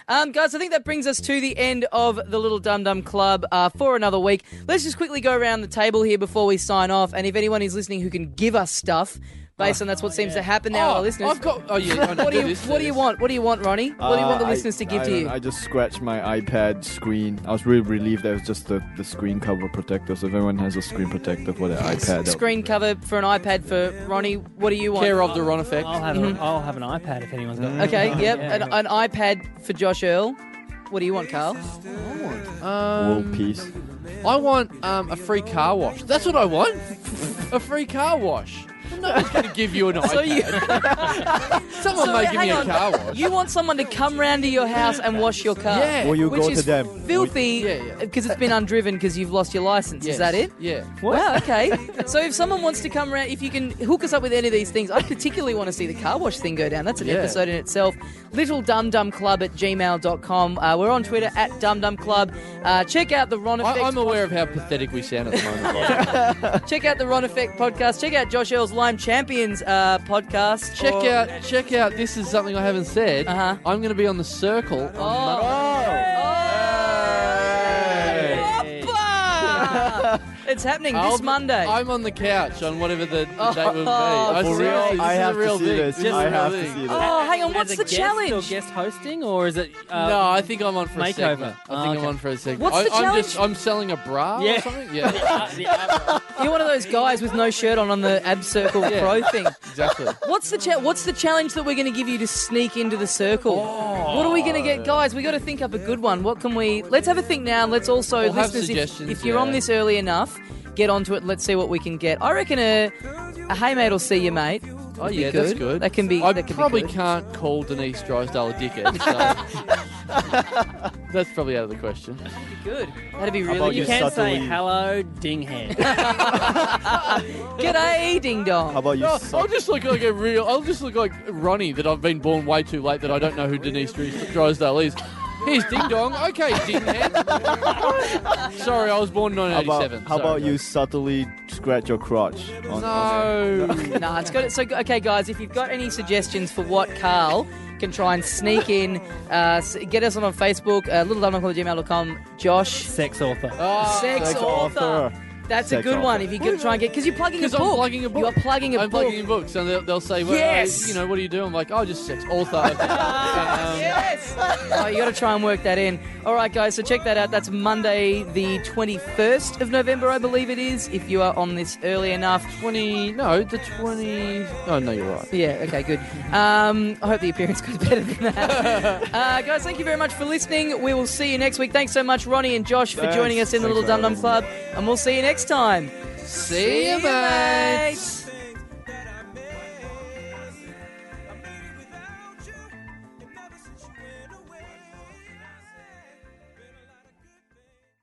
S1: Um, guys, I think that brings us to the end of the Little Dum Dum Club uh, for another week. Let's just quickly go around the table here before we sign off. And if anyone is listening who can give us stuff, based on that's what seems to happen now, our
S2: Oh,
S1: listeners.
S2: I've got. Oh, yeah. I know,
S1: what do you
S2: this,
S1: What do you
S2: this.
S1: want? What do you want, Ronnie? What do you want the
S4: Uh,
S1: listeners to
S4: I-
S1: give
S4: I
S1: to
S4: don't
S1: you?
S4: know. I just scratched my iPad screen. I was really relieved that it was just the, the screen cover protector. So if everyone has a screen protector for their iPad, that would be
S1: Screen
S4: great.
S1: cover for an iPad for Ronnie. What do you want?
S2: Care of the Ron effect.
S3: I'll have, a, I'll have an iPad if anyone's got one.
S1: Okay, yep.
S3: Yeah.
S1: An, an iPad for Josh Earl. What do you want, Carl?
S4: World
S2: Um,
S4: peace.
S2: I want um, a free car wash. That's what I want. a free car wash. I'm not going to give you an iPad.
S1: So you,
S2: Someone
S1: so
S2: may give
S1: hang
S2: me a
S1: on.
S2: car wash.
S1: you want someone to come round to your house and wash your car?
S2: Yeah.
S4: Will you
S1: Which
S4: go
S1: is
S4: to them?
S1: filthy
S2: Yeah, yeah.
S1: because it's been undriven because you've lost your license.
S2: Yes.
S1: Is that it?
S2: Yeah.
S1: Wow, okay. so if someone wants to come around, if you can hook us up with any of these things, I particularly want to see the car wash thing go down. That's an
S2: Yeah.
S1: episode in itself. Little Dum Dum Club at gmail.com. Uh, we're on Twitter at Dum Dum Club. Uh, check out the Ron Effect.
S2: I, I'm aware of how pathetic we sound at the moment.
S1: Oh, Check out the Ron Effect podcast. Check out Josh Earl's Lime Champions uh, podcast.
S2: check
S1: Or-
S2: out, check out. This is something I haven't said.
S1: Uh-huh.
S2: I'm going to be on the circle on
S1: Oh.
S2: Monday.
S1: Hoppa! it's happening this
S2: I'll be-
S1: Monday.
S2: I'm on the couch on whatever the, the
S1: Oh,
S2: date will be.
S1: for
S2: I
S4: For
S2: seriously,
S4: real,
S2: this
S4: I
S2: is a
S4: have to
S2: real
S4: see
S2: thing.
S4: this.
S2: This is
S4: I
S2: a real
S4: have to
S2: thing.
S4: see this.
S1: oh, hang on. What's
S3: As
S1: the
S3: a guest Or
S1: challenge?
S3: guest hosting, or is it? Uh,
S2: No, I think I'm on for a
S3: Makeover.
S2: segment. I think
S3: Oh,
S2: I'm
S3: okay.
S2: on for a segment.
S1: What's
S2: I,
S1: the
S2: I'm
S1: challenge?
S2: just I'm selling a bra or
S3: Yeah.
S2: something. Yeah,
S3: uh,
S1: You're one of those guys with no shirt on on the ab circle
S2: Yeah.
S1: pro thing.
S2: exactly.
S1: What's the cha- What's the challenge that we're going to give you to sneak into the circle?
S2: Oh.
S1: what are we going to get, guys? We got to think up a good one. What can we? Let's have a think now. and Let's also
S2: We'll have
S1: listeners, if-
S2: suggestions,
S1: if, you're on
S2: yeah.
S1: this early enough, get onto it. Let's see what we can get. I reckon a, a hey mate will see you mate.
S2: Oh
S1: Could be
S2: yeah,
S1: good.
S2: that's good.
S1: That can be.
S2: I
S1: that can
S2: probably
S1: be good.
S2: can't call Denise Drysdale a dickhead. So. that's probably out of the question.
S1: Good. That'd be
S4: about
S1: really
S3: You
S4: You
S1: good.
S3: can say
S4: subtly-
S3: hello, dinghead.
S1: G'day, ding
S4: How
S1: dong.
S4: about you?
S2: No,
S4: suck?
S2: I'll Oh, just look like a real. I'll just look like Ronnie that I've been born way too late that I don't know who Denise Dries- Drysdale is. Here's Ding Dong. Okay, Dinghead. Sorry, I was born
S4: How about,
S2: 1987.
S4: how about you subtly scratch your crotch? On, on-
S2: Sorry. No.
S1: Nah, it's got it. So okay, guys, if you've got any suggestions for what Carl can try and sneak in, uh, s- get us on on Facebook, uh, littledumdumclub@gmail.com. Josh.
S3: Sex author.
S2: Ah,
S1: Sex
S4: Oh. Sex
S1: author.
S4: author.
S1: That's a
S4: Sex
S1: good
S4: offer.
S1: one. If you could try and get, because you're plugging a
S2: Because
S1: book.
S2: I'm plugging a book.
S1: You're plugging a
S2: I'm
S1: book.
S2: plugging in books, and they'll, they'll say, well, uh,
S1: Yes.
S2: you know, what do you do? I'm like, oh, just sex author. Okay. Um,
S1: Yes. oh, you got to try and work that in. All right, guys. So check that out. That's Monday, the 21st of November, I believe it is. If you are on this early enough.
S2: 20, no, the 20, oh, no, you're right.
S1: Yeah, okay, good. Um, I hope the appearance got better than that. uh, guys, thank you very much for listening. We will see you next week. Thanks so much, Ronnie and Josh, for
S4: Thanks.
S1: joining us in the
S4: Thanks
S1: Little Dum
S4: for
S1: Dum
S4: having
S1: Club.
S4: me.
S1: And we'll see you next time.
S2: See you,
S1: ya,
S2: mate.
S1: mates.